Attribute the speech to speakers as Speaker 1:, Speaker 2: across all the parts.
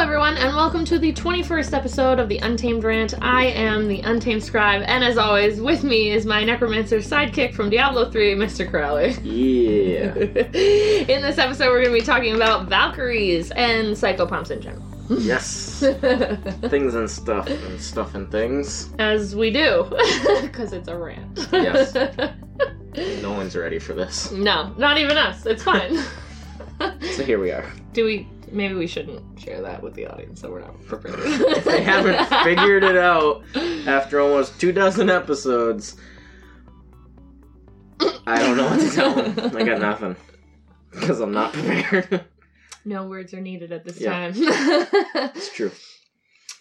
Speaker 1: everyone, and welcome to the 21st episode of The Untamed Rant. I am the Untamed Scribe, and as always, with me is my Necromancer sidekick from Diablo 3, Mr. Crowley.
Speaker 2: Yeah.
Speaker 1: In this episode, we're going to be talking about Valkyries and psychopomps in
Speaker 2: yes.
Speaker 1: general.
Speaker 2: Things and stuff and stuff and things.
Speaker 1: as we do, because it's a rant.
Speaker 2: Yes. No one's ready for this.
Speaker 1: no, not even us. It's fine.
Speaker 2: So here we are.
Speaker 1: do we? Maybe we shouldn't share that with the audience, so we're not prepared.
Speaker 2: If they haven't figured it out after almost two dozen episodes, I don't know what to tell them. I got nothing. Because I'm not prepared.
Speaker 1: No words are needed at this
Speaker 2: Yeah.
Speaker 1: time.
Speaker 2: it's true.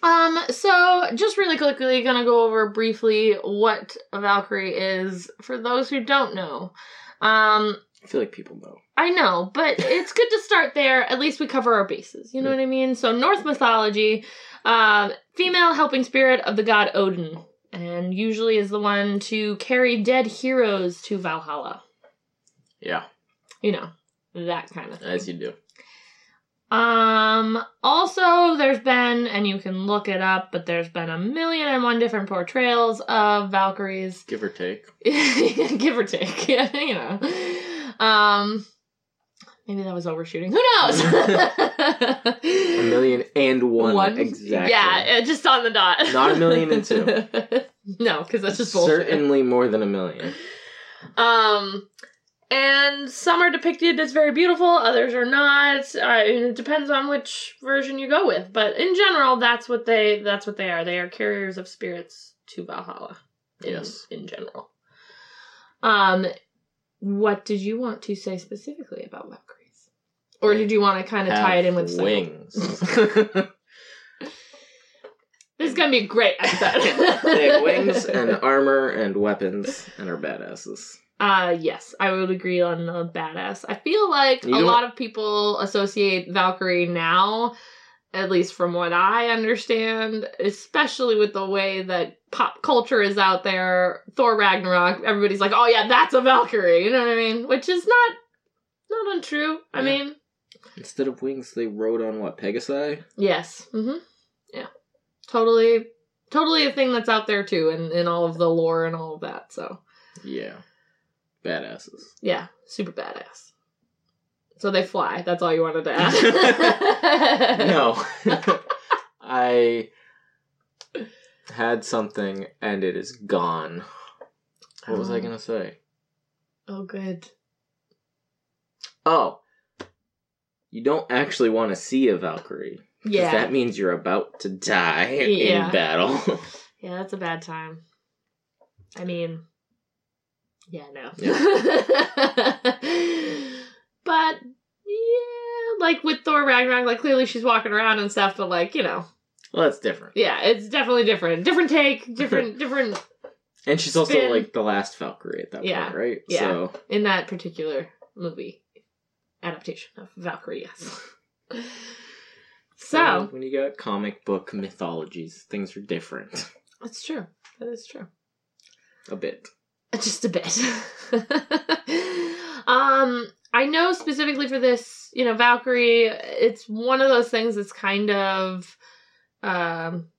Speaker 1: Um, so just really quickly, gonna go over briefly what a Valkyrie is for those who don't know. Um,
Speaker 2: I feel like people know.
Speaker 1: I know, but it's good to start there. At least we cover our bases. You know what I mean? So Norse mythology, um, female helping spirit of the god Odin, and usually is the one to carry dead heroes to Valhalla.
Speaker 2: Yeah,
Speaker 1: You know, that kind of thing.
Speaker 2: as you do.
Speaker 1: Um, also, there's been, and you can look it up, but there's been a million and one different portrayals of Valkyries,
Speaker 2: Give or take.
Speaker 1: give or take, yeah, you know. Um, maybe that was overshooting. Who knows?
Speaker 2: A million and one.
Speaker 1: One?
Speaker 2: Exactly.
Speaker 1: Yeah, uh, just on the dot.
Speaker 2: Not a million and two.
Speaker 1: no, because that's just bullshit.
Speaker 2: Certainly more than a million.
Speaker 1: Um, and some are depicted as very beautiful, others are not. I mean, it depends on which version you go with, but in general, that's what they that's what they are. They are carriers of spirits to Valhalla. In,
Speaker 2: Yes.
Speaker 1: in general. Um, what did you want to say specifically about Valkyries, or
Speaker 2: They
Speaker 1: did you want to kind of tie it in with
Speaker 2: Have
Speaker 1: psycho-
Speaker 2: wings.
Speaker 1: This is gonna be a great episode.
Speaker 2: they have wings and armor and weapons and are badasses.
Speaker 1: Uh, yes, I would agree on the badass. I feel like
Speaker 2: You
Speaker 1: a
Speaker 2: don't-
Speaker 1: lot of people associate Valkyrie now, at least from what I understand, especially with the way that pop culture is out there. Thor Ragnarok, everybody's like, "Oh yeah, that's a Valkyrie," you know what I mean? Which is not not untrue. I
Speaker 2: Yeah.
Speaker 1: mean,
Speaker 2: Instead of wings, they rode on what Pegasi?
Speaker 1: yes, hmm yeah, totally, totally a thing that's out there too, and in, in all of the lore and all of that. So.
Speaker 2: Yeah, badasses.
Speaker 1: Yeah, super badass. So they fly. That's all you wanted to ask.
Speaker 2: No, I had something and it is gone. What was I
Speaker 1: Oh.
Speaker 2: gonna say?
Speaker 1: Oh, good.
Speaker 2: Oh, you don't actually want to see a Valkyrie. 'cause
Speaker 1: Yeah.
Speaker 2: that means you're about to die
Speaker 1: Yeah.
Speaker 2: in battle.
Speaker 1: yeah, that's a bad time. I mean, yeah, no. but yeah, like with Thor Ragnarok, like clearly she's walking around and stuff, but like you know,
Speaker 2: well, that's different.
Speaker 1: yeah, it's definitely different, different take, different, different
Speaker 2: And she's also
Speaker 1: Spin.
Speaker 2: like the last Valkyrie at that
Speaker 1: Yeah.
Speaker 2: point, right?
Speaker 1: Yeah.
Speaker 2: So
Speaker 1: in that particular movie adaptation of Valkyrie. Yes. so.
Speaker 2: when you got comic book mythologies, things are different
Speaker 1: That's true. That is true.
Speaker 2: a bit.
Speaker 1: Just a bit. um, I know specifically for this, you know, Valkyrie, it's one of those things that's kind of um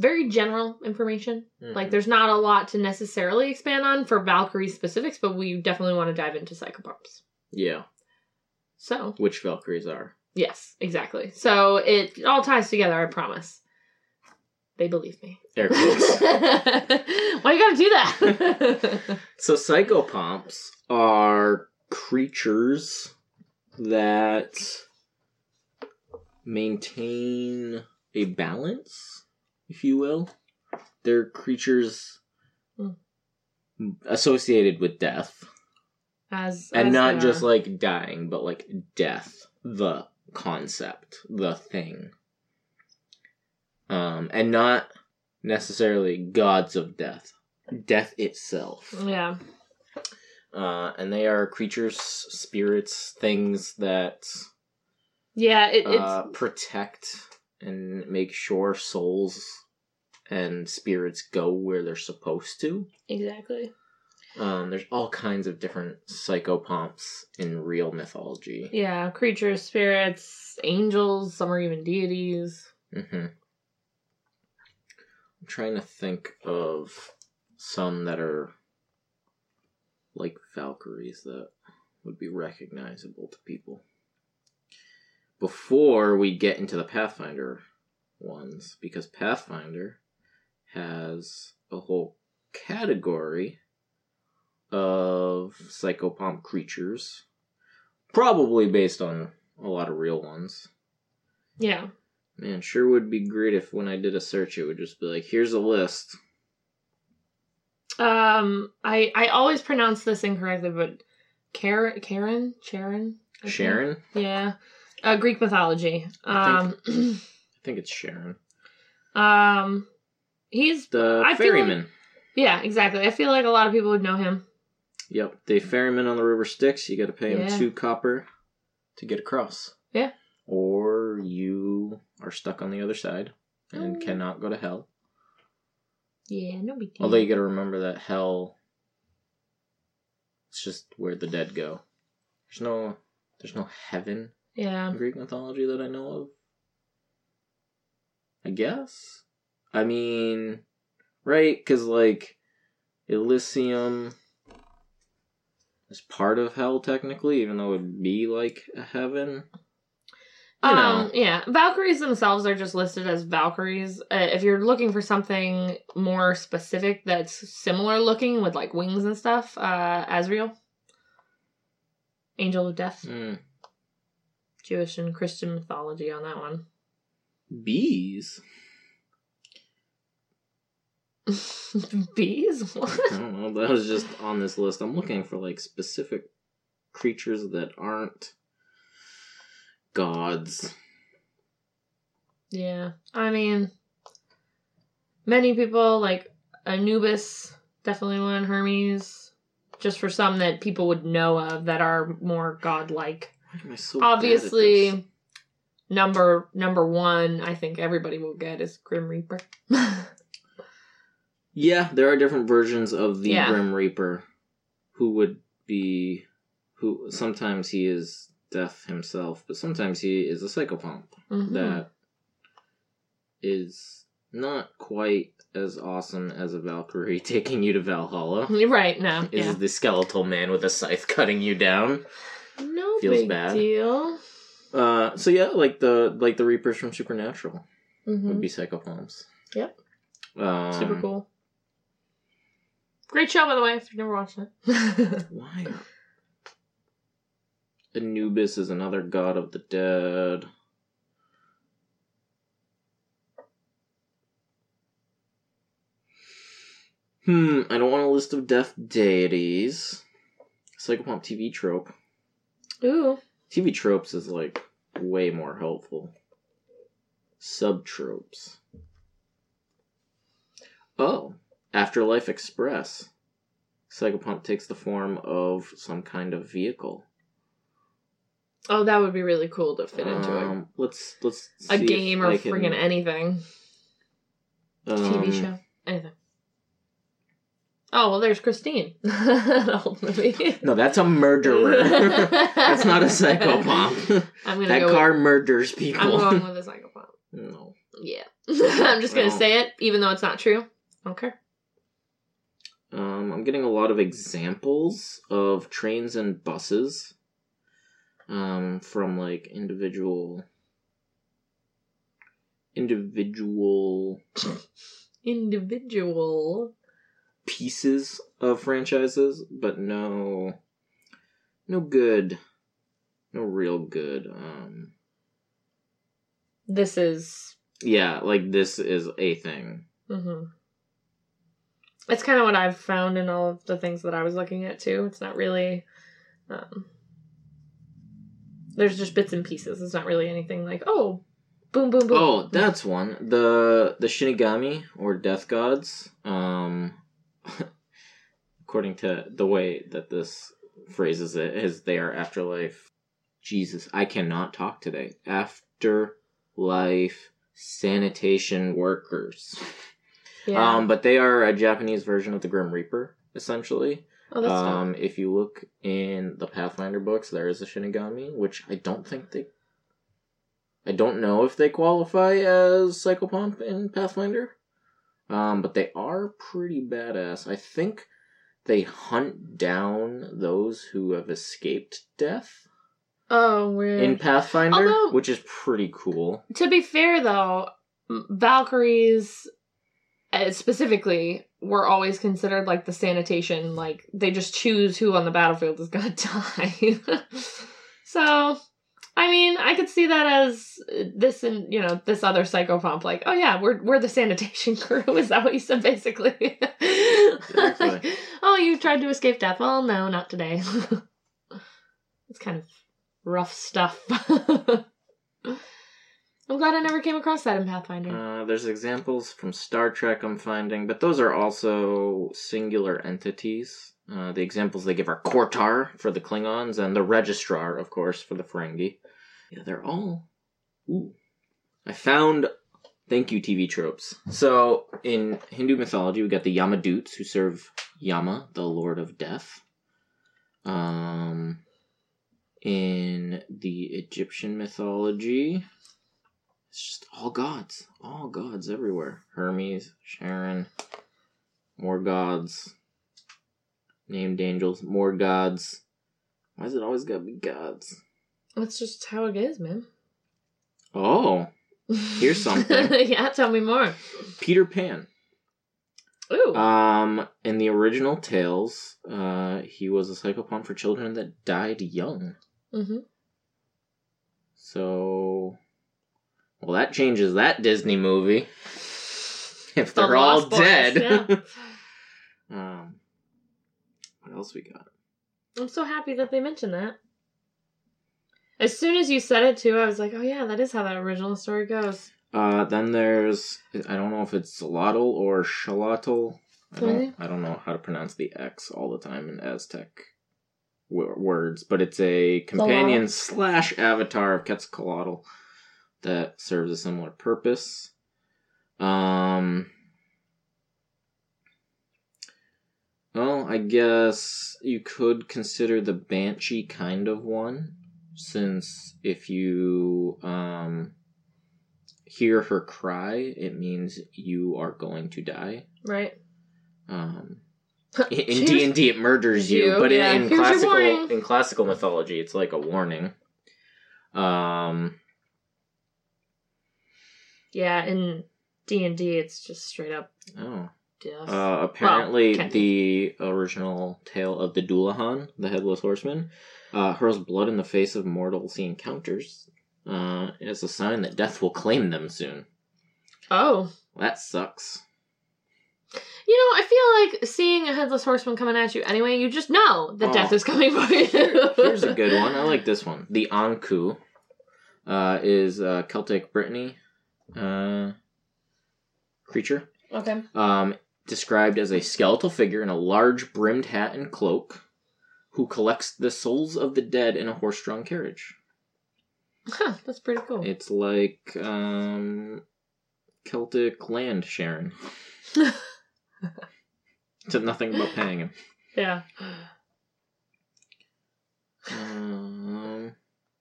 Speaker 1: very general information. Like there's not a lot to necessarily expand on for Valkyrie specifics, but we definitely want to dive into psychopomps.
Speaker 2: yeah,
Speaker 1: So,
Speaker 2: which Valkyries are?
Speaker 1: yes, exactly. So it all ties together, I promise. They believe me.
Speaker 2: Air quotes.
Speaker 1: Why you gotta do that?
Speaker 2: so psychopomps are creatures that maintain a balance, if you will. They're creatures
Speaker 1: Hmm.
Speaker 2: associated with death.
Speaker 1: as
Speaker 2: and
Speaker 1: as
Speaker 2: not
Speaker 1: they
Speaker 2: just
Speaker 1: are.
Speaker 2: like dying but like death the concept the thing um and not necessarily gods of death death itself
Speaker 1: yeah
Speaker 2: uh and they are creatures spirits things that
Speaker 1: yeah it, it's
Speaker 2: uh protect and make sure souls and spirits go where they're supposed to
Speaker 1: exactly
Speaker 2: um there's all kinds of different psychopomps in real mythology
Speaker 1: yeah creatures spirits angels some are even deities
Speaker 2: Mm-hmm. I'm trying to think of some that are like Valkyries that would be recognizable to people. Before we get into the Pathfinder ones, because Pathfinder has a whole category of psychopomp creatures, probably based on a lot of real ones.
Speaker 1: Yeah.
Speaker 2: Man, sure would be great if when I did a search, it would just be like, here's a list.
Speaker 1: Um, I I always pronounce this incorrectly, but Karen, Karen, Sharon, I think.
Speaker 2: Sharon?
Speaker 1: Yeah, uh, Greek mythology.
Speaker 2: I
Speaker 1: Um,
Speaker 2: I think it's Sharon.
Speaker 1: um, he's
Speaker 2: The
Speaker 1: I feel like-
Speaker 2: ferryman.
Speaker 1: yeah, exactly. I feel like a lot of people would know him.
Speaker 2: Yep, the ferryman on the River Styx. You got to pay him
Speaker 1: Yeah.
Speaker 2: two copper to get across.
Speaker 1: Yeah.
Speaker 2: Or you are stuck on the other side and
Speaker 1: Oh.
Speaker 2: cannot go to hell.
Speaker 1: Yeah, no big deal.
Speaker 2: Although you got to remember that hell, it's just where the dead go. There's no, there's no heaven
Speaker 1: yeah,
Speaker 2: in Greek mythology that I know of. I guess. I mean, right? Because like, Elysium is part of hell technically, even though it'd be like a heaven. You
Speaker 1: um,
Speaker 2: know.
Speaker 1: yeah. Valkyries themselves are just listed as Valkyries. Uh, if you're looking for something more specific that's similar looking with like wings and stuff, uh, Azrael, Angel of Death,
Speaker 2: Mm.
Speaker 1: Jewish and Christian mythology on that one.
Speaker 2: Bees.
Speaker 1: Bees?
Speaker 2: I
Speaker 1: What?
Speaker 2: don't know. That was just on this list. I'm looking for like specific creatures that aren't gods.
Speaker 1: Yeah. I mean, many people like Anubis, definitely one, Hermes, just for some that people would know of that are more godlike.
Speaker 2: Why am I so bad at this?
Speaker 1: Obviously, number number 1, I think everybody will get is Grim Reaper. Mm-hmm.
Speaker 2: Yeah, there are different versions of the
Speaker 1: Yeah.
Speaker 2: Grim Reaper who would be who sometimes he is death himself, but sometimes he is a psychopomp
Speaker 1: Mhm.
Speaker 2: that is not quite as awesome as a Valkyrie taking you to Valhalla.
Speaker 1: Right now,
Speaker 2: Is
Speaker 1: Hmm, yeah.
Speaker 2: the skeletal man with a scythe cutting you down?
Speaker 1: No
Speaker 2: feels
Speaker 1: big
Speaker 2: bad.
Speaker 1: deal.
Speaker 2: Uh, so yeah, like the like the Reapers from Supernatural
Speaker 1: Mhm.
Speaker 2: would be psychopomps.
Speaker 1: Yep.
Speaker 2: Um,
Speaker 1: Super cool. Great show, by the way, if you've never watched it.
Speaker 2: Why? are- Anubis is another god of the dead. Hmm, I don't want a list of death deities. Psychopomp TV trope.
Speaker 1: Ooh.
Speaker 2: TV tropes is like way more helpful. Sub tropes. Oh, Afterlife Express. Psychopomp takes the form of some kind of vehicle.
Speaker 1: Oh, that would be really cool to fit into a-
Speaker 2: Um, Let's let's
Speaker 1: a,
Speaker 2: see if
Speaker 1: game or
Speaker 2: I can,
Speaker 1: friggin' anything.
Speaker 2: um,
Speaker 1: TV show. Anything. Oh, well, there's Christine. That old movie.
Speaker 2: No, that's a murderer. that's not a psychopomp.
Speaker 1: I'm gonna
Speaker 2: that
Speaker 1: go
Speaker 2: car murders
Speaker 1: with,
Speaker 2: people.
Speaker 1: I'm going with a psychopomp.
Speaker 2: no.
Speaker 1: Yeah. I'm just gonna
Speaker 2: Well.
Speaker 1: say it, even though it's not true. Okay.
Speaker 2: Um, I'm getting a lot of examples of trains and buses um, from like individual individual
Speaker 1: Individual.
Speaker 2: pieces of franchises, but no no good, no real good. Um,
Speaker 1: This is.
Speaker 2: yeah, like this is a thing.
Speaker 1: hmm It's kind of what I've found in all of the things that I was looking at too. It's not really. Um, there's just bits and pieces. It's not really anything like oh, boom, boom, boom.
Speaker 2: Oh, that's one. The the Shinigami or Death Gods. Um according to the way that this phrases it is their afterlife. Jesus, I cannot talk today. Afterlife sanitation workers.
Speaker 1: yeah.
Speaker 2: Um but they are a Japanese version of the Grim Reaper, essentially.
Speaker 1: oh, that's dope.
Speaker 2: Um, if you look in the Pathfinder books, there is a Shinigami, which I don't think they I don't know if they qualify as Psychopomp in Pathfinder, um, but they are pretty badass. I think they hunt down those who have escaped death
Speaker 1: Oh, weird.
Speaker 2: in Pathfinder,
Speaker 1: Although-
Speaker 2: which is pretty cool.
Speaker 1: to be fair, though, m- Valkyries uh, specifically were always considered like the sanitation. Like they just choose who on the battlefield is gonna die. so, I mean, I could see that as uh, this and you know this other psychopomp. Like, oh yeah, we're we're the sanitation crew. Is that what you said basically? Like, oh, you tried to escape death. Well, no, not today. it's kind of rough stuff. I'm glad I never came across that in Pathfinder.
Speaker 2: Uh, there's examples from Star Trek I'm finding, but those are also singular entities. Uh, the examples they give are Kortar for the Klingons and the Registrar, of course, for the Ferengi. Yeah, they're all. Ooh. I found. Thank you, TV tropes. So, in Hindu mythology, we got the Yamadutes who serve Yama, the Lord of Death. Um, in the Egyptian mythology, it's just all gods. All gods everywhere. Hermes, Sharon, more gods. Named angels, more gods. Why is it always gotta be gods?
Speaker 1: That's just how it is, man.
Speaker 2: Oh, Here's something.
Speaker 1: yeah, tell me more.
Speaker 2: Peter Pan.
Speaker 1: Ooh.
Speaker 2: Um, in the original tales, uh, he was a psychopomp for children that died young.
Speaker 1: hmm
Speaker 2: So, well, that changes that Disney movie. If
Speaker 1: The
Speaker 2: they're all
Speaker 1: Lost Boys,
Speaker 2: dead.
Speaker 1: yeah.
Speaker 2: um, what else we got?
Speaker 1: I'm so happy that they mentioned that. As soon as you said it too, I was like, oh yeah, that is how that original story goes.
Speaker 2: Uh, then there's I don't know if it's Xolotl or Xolotl. I
Speaker 1: Really?
Speaker 2: don't, I don't know how to pronounce the X all the time in Aztec w- words, but it's a companion slash avatar of Quetzalcoatl that serves a similar purpose. Um, well, I guess you could consider the banshee kind of one, since if you um, hear her cry, it means you are going to die.
Speaker 1: Right.
Speaker 2: Um, i- in
Speaker 1: Here's-
Speaker 2: D and D, it murders you,
Speaker 1: You,
Speaker 2: but in-
Speaker 1: yeah.
Speaker 2: in,
Speaker 1: Here's your
Speaker 2: classical
Speaker 1: warning.
Speaker 2: in classical mythology, it's like a warning. Um,
Speaker 1: Yeah, in D and D it's just straight up
Speaker 2: oh,
Speaker 1: death.
Speaker 2: Uh, apparently,
Speaker 1: can-
Speaker 2: the original tale of the Dulahan, the headless horseman, uh, hurls blood in the face of mortals he encounters uh, as a sign that death will claim them soon.
Speaker 1: oh.
Speaker 2: That sucks.
Speaker 1: You know, I feel like seeing a headless horseman coming at you anyway, you just know that
Speaker 2: Oh.
Speaker 1: death is coming for you.
Speaker 2: Here's a good one. I like this one. The Anku uh, is uh, Celtic Brittany uh, creature.
Speaker 1: Okay.
Speaker 2: um, described as a skeletal figure in a large brimmed hat and cloak who collects the souls of the dead in a horse drawn carriage.
Speaker 1: Huh, that's pretty cool.
Speaker 2: It's like um, Celtic land Sharon. Except nothing about paying him.
Speaker 1: yeah.
Speaker 2: Um,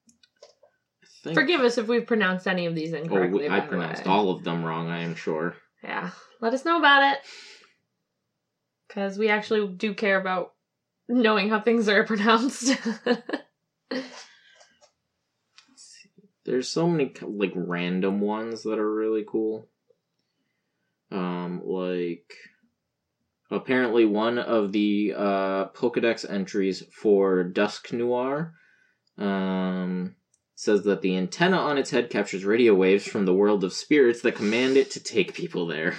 Speaker 2: I think-
Speaker 1: Forgive us if we've pronounced any of these
Speaker 2: Oh,
Speaker 1: incorrectly.
Speaker 2: we- I
Speaker 1: by the
Speaker 2: pronounced
Speaker 1: way.
Speaker 2: all of them wrong, I am sure.
Speaker 1: Yeah. Let us know about it. Because we actually do care about knowing how things are pronounced.
Speaker 2: There's so many ki- like random ones that are really cool. Um, like apparently one of the uh, Pokedex entries for Dusk Noir um, says that the antenna on its head captures radio waves from the world of spirits that command it to take people there.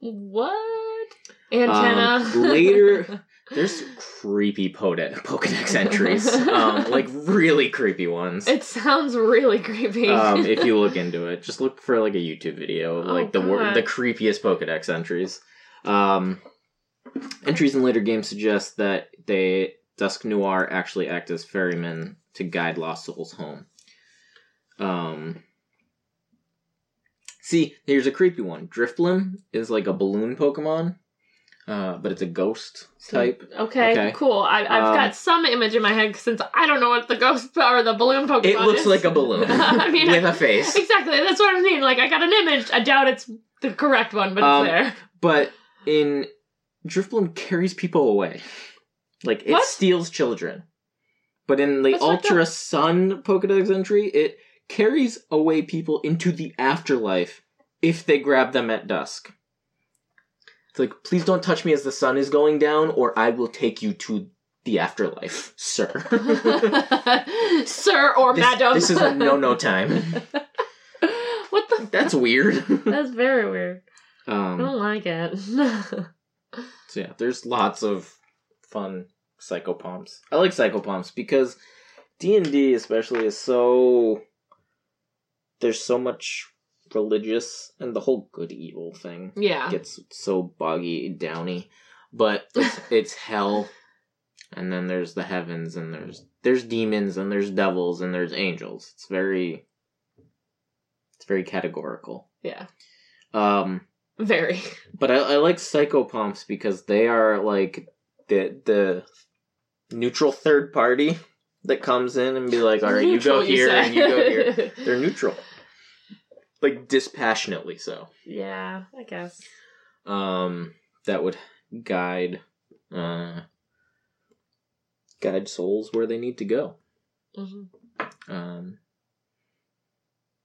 Speaker 1: what? Antenna.
Speaker 2: Um, later- There's creepy Pode- Pokedex entries, um, like really creepy ones.
Speaker 1: It sounds really creepy.
Speaker 2: um, if you look into it, just look for like a YouTube video of
Speaker 1: Oh,
Speaker 2: like the wor-
Speaker 1: God.
Speaker 2: the creepiest Pokedex entries. Um, entries in later games suggest that they Dusk Noir actually act as ferrymen to guide lost souls home. Um, see, here's a creepy one. Drifblim is like a balloon Pokemon. Uh, but it's a ghost
Speaker 1: So-
Speaker 2: type.
Speaker 1: Okay,
Speaker 2: Okay.
Speaker 1: cool. I, I've
Speaker 2: Um,
Speaker 1: got some image in my head since I don't know what the ghost or the balloon Pokemon
Speaker 2: It looks
Speaker 1: is.
Speaker 2: like a balloon
Speaker 1: I mean,
Speaker 2: with a face.
Speaker 1: Exactly. That's what I mean. Like, I got an image. I doubt it's the correct one, but
Speaker 2: Um,
Speaker 1: it's there.
Speaker 2: But in Driftbloom carries people away. Like it
Speaker 1: What?
Speaker 2: steals children. But in the
Speaker 1: That's fucked
Speaker 2: Ultra Sun Pokedex entry, it carries away people into the afterlife if they grab them at dusk. It's like, please don't touch me as the sun is going down, or I will take you to the afterlife, sir.
Speaker 1: Sir or
Speaker 2: this,
Speaker 1: madam.
Speaker 2: this is a no-no time.
Speaker 1: what the?
Speaker 2: That's weird.
Speaker 1: That's very weird. I
Speaker 2: um,
Speaker 1: don't like it.
Speaker 2: So yeah, there's lots of fun psychopomps. I like psychopomps because D and D especially is so there's so much religious and the whole good evil thing
Speaker 1: yeah.
Speaker 2: gets so boggy downy, but it's, it's hell, and then there's the heavens, and there's there's demons, and there's devils, and there's angels. It's very it's very categorical.
Speaker 1: Yeah.
Speaker 2: Um,
Speaker 1: Very.
Speaker 2: but I, I like psychopomps because they are like the the neutral third party that comes in and be like, all right,
Speaker 1: Neutral,
Speaker 2: you go here
Speaker 1: said.
Speaker 2: and you go here. They're neutral, like dispassionately so.
Speaker 1: yeah, I guess.
Speaker 2: Um, that would guide, uh, guide souls where they need to go.
Speaker 1: hmm
Speaker 2: Um,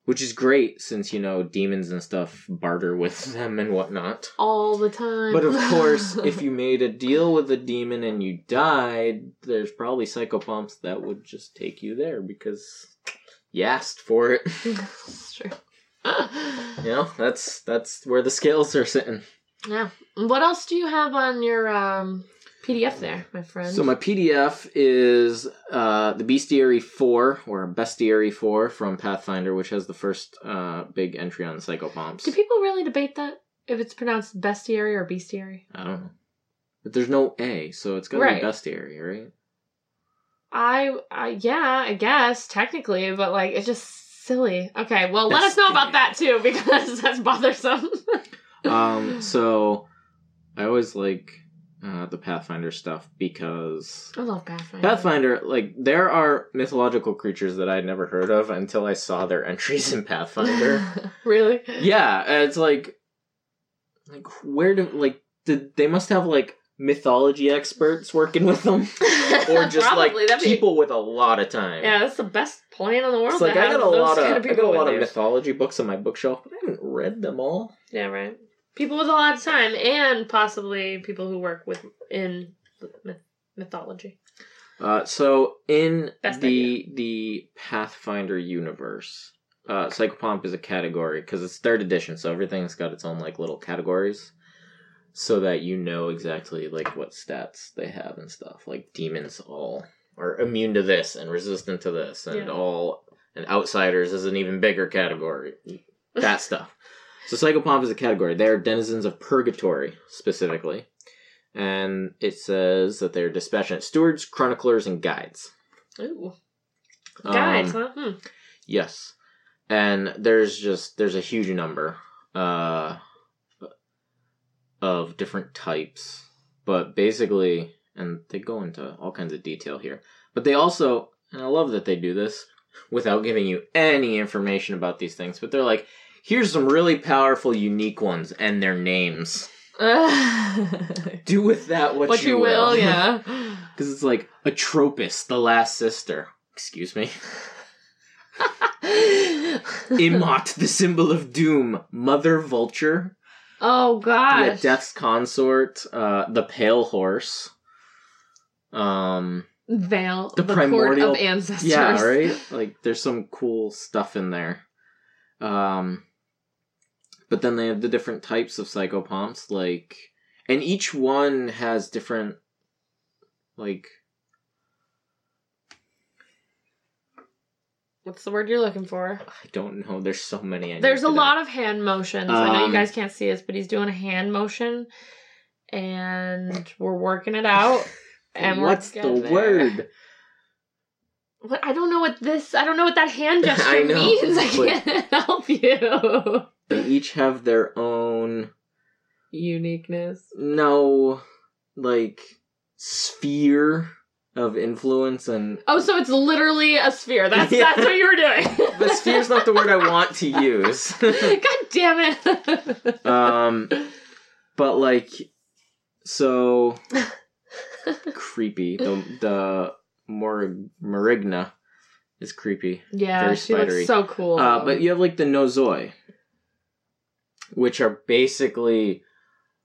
Speaker 2: which is great since you know demons and stuff barter with them and whatnot.
Speaker 1: All the time.
Speaker 2: But of course,
Speaker 1: Mm-hmm.
Speaker 2: if you made a deal with a demon and you died, there's probably psychopomps that would just take you there because you asked for it.
Speaker 1: That's true.
Speaker 2: You know, that's that's where the scales are sitting.
Speaker 1: Yeah. What else do you have on your um, PDF there, my friend?
Speaker 2: So my PDF is uh, the Bestiary Four or Bestiary Four from Pathfinder, which has the first uh, big entry on psychopomps.
Speaker 1: do people really debate that? If it's pronounced bestiary or bestiary?
Speaker 2: I don't know, but there's no A, so it's gotta
Speaker 1: Right.
Speaker 2: be Bestiary, right?
Speaker 1: I, I, yeah, I guess, technically, but like, it's just silly. Okay, well, let us know about that too, because that's bothersome.
Speaker 2: um so i always like uh, the pathfinder stuff because
Speaker 1: I love Pathfinder.
Speaker 2: pathfinder like there are mythological creatures that i'd never heard of until i saw their entries in pathfinder
Speaker 1: really?
Speaker 2: yeah and it's like like where do like did they must have like mythology experts working with them or just
Speaker 1: Probably,
Speaker 2: like
Speaker 1: that'd be-
Speaker 2: people with a lot of time
Speaker 1: Yeah, that's the best plan in the world.
Speaker 2: it's like
Speaker 1: to
Speaker 2: I
Speaker 1: have
Speaker 2: got a
Speaker 1: those
Speaker 2: lot
Speaker 1: kind
Speaker 2: of, I got a
Speaker 1: people
Speaker 2: lot
Speaker 1: with
Speaker 2: of
Speaker 1: you.
Speaker 2: mythology books on my bookshelf, but I haven't read them all.
Speaker 1: Yeah, right. People with a lot of time, and possibly people who work with in myth- mythology.
Speaker 2: Uh, so in
Speaker 1: Best
Speaker 2: the the Pathfinder universe, uh, psychopomp is a category because it's third edition, so everything's got its own like little categories, so that you know exactly like what stats they have and stuff. Like demons all are immune to this and resistant to this, and
Speaker 1: Yeah.
Speaker 2: all and outsiders is an even bigger category. That stuff. So psychopomp is a category. They are denizens of purgatory specifically and it says that they're dispassionate stewards, chroniclers, and guides.
Speaker 1: Ooh,
Speaker 2: Um,
Speaker 1: guys, huh? Hmm.
Speaker 2: Yes, and there's just there's a huge number uh, of different types, but basically, and they go into all kinds of detail here. But they also, and I love that they do this without giving you any information about these things. But they're like, here's some really powerful, unique ones and their names. Do with that what,
Speaker 1: what you, will, yeah.
Speaker 2: Because it's like Atropos, the last sister. Excuse me. Imot, the symbol of doom. Mother Vulture,
Speaker 1: oh
Speaker 2: the
Speaker 1: gosh.
Speaker 2: Death's consort. Uh, the Pale Horse. Um,
Speaker 1: Veil.
Speaker 2: The
Speaker 1: The,
Speaker 2: primordial-
Speaker 1: court of ancestors.
Speaker 2: yeah, right. Like there's some cool stuff in there. Um, but then they have the different types of psychopomps, like, and each one has different, like,
Speaker 1: What's the word you're looking for?
Speaker 2: I don't know. There's so many. I
Speaker 1: There's a lot of hand motions. I know
Speaker 2: Um,
Speaker 1: you guys can't see this, but he's doing a hand motion, and we're working it out. And we're
Speaker 2: What's the
Speaker 1: getting there.
Speaker 2: word?
Speaker 1: What I don't know what this. I don't know what that hand gesture
Speaker 2: I know,
Speaker 1: means. I
Speaker 2: but-
Speaker 1: can't help you.
Speaker 2: They each have their own
Speaker 1: uniqueness.
Speaker 2: no like sphere of influence and
Speaker 1: Oh, so it's literally a sphere. That's
Speaker 2: Yeah.
Speaker 1: that's what you were doing.
Speaker 2: but sphere's not the word I want to use.
Speaker 1: God damn it.
Speaker 2: um but like so creepy. The the Mor- Marigna is creepy.
Speaker 1: yeah,
Speaker 2: very
Speaker 1: she looks
Speaker 2: spidery.
Speaker 1: so cool.
Speaker 2: Uh, but you have like the Nozoi, which are basically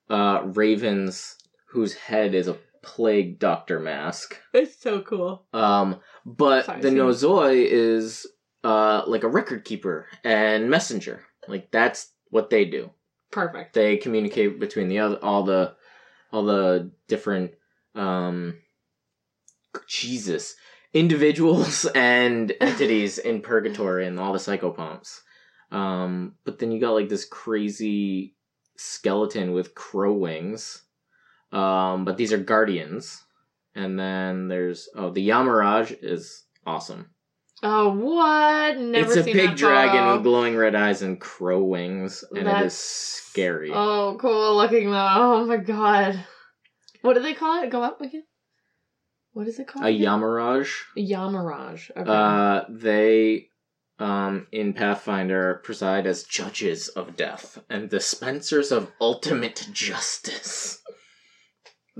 Speaker 2: uh, ravens whose head is a plague doctor mask.
Speaker 1: it's so cool.
Speaker 2: Um, but
Speaker 1: Sorry,
Speaker 2: the
Speaker 1: Sam.
Speaker 2: Nozoi is uh, like a record keeper and messenger. Like that's what they do.
Speaker 1: Perfect.
Speaker 2: They communicate between the other all the all the different um, Jesus individuals and entities in purgatory and all the psychopomps. Um, but then you got like this crazy skeleton with crow wings. Um, but these are guardians. And then there's oh the Yamiraj is awesome.
Speaker 1: Oh, what? Never
Speaker 2: it's a
Speaker 1: seen
Speaker 2: big
Speaker 1: that
Speaker 2: dragon with
Speaker 1: photo.
Speaker 2: glowing red eyes and crow wings, and it
Speaker 1: That's-
Speaker 2: is scary.
Speaker 1: Oh, cool looking though. Oh my god. What do they call it? Go up again. What is it called?
Speaker 2: a
Speaker 1: again?
Speaker 2: Yamiraj.
Speaker 1: Yamiraj. Okay.
Speaker 2: Uh, they um in Pathfinder preside as judges of death and dispensers of ultimate justice.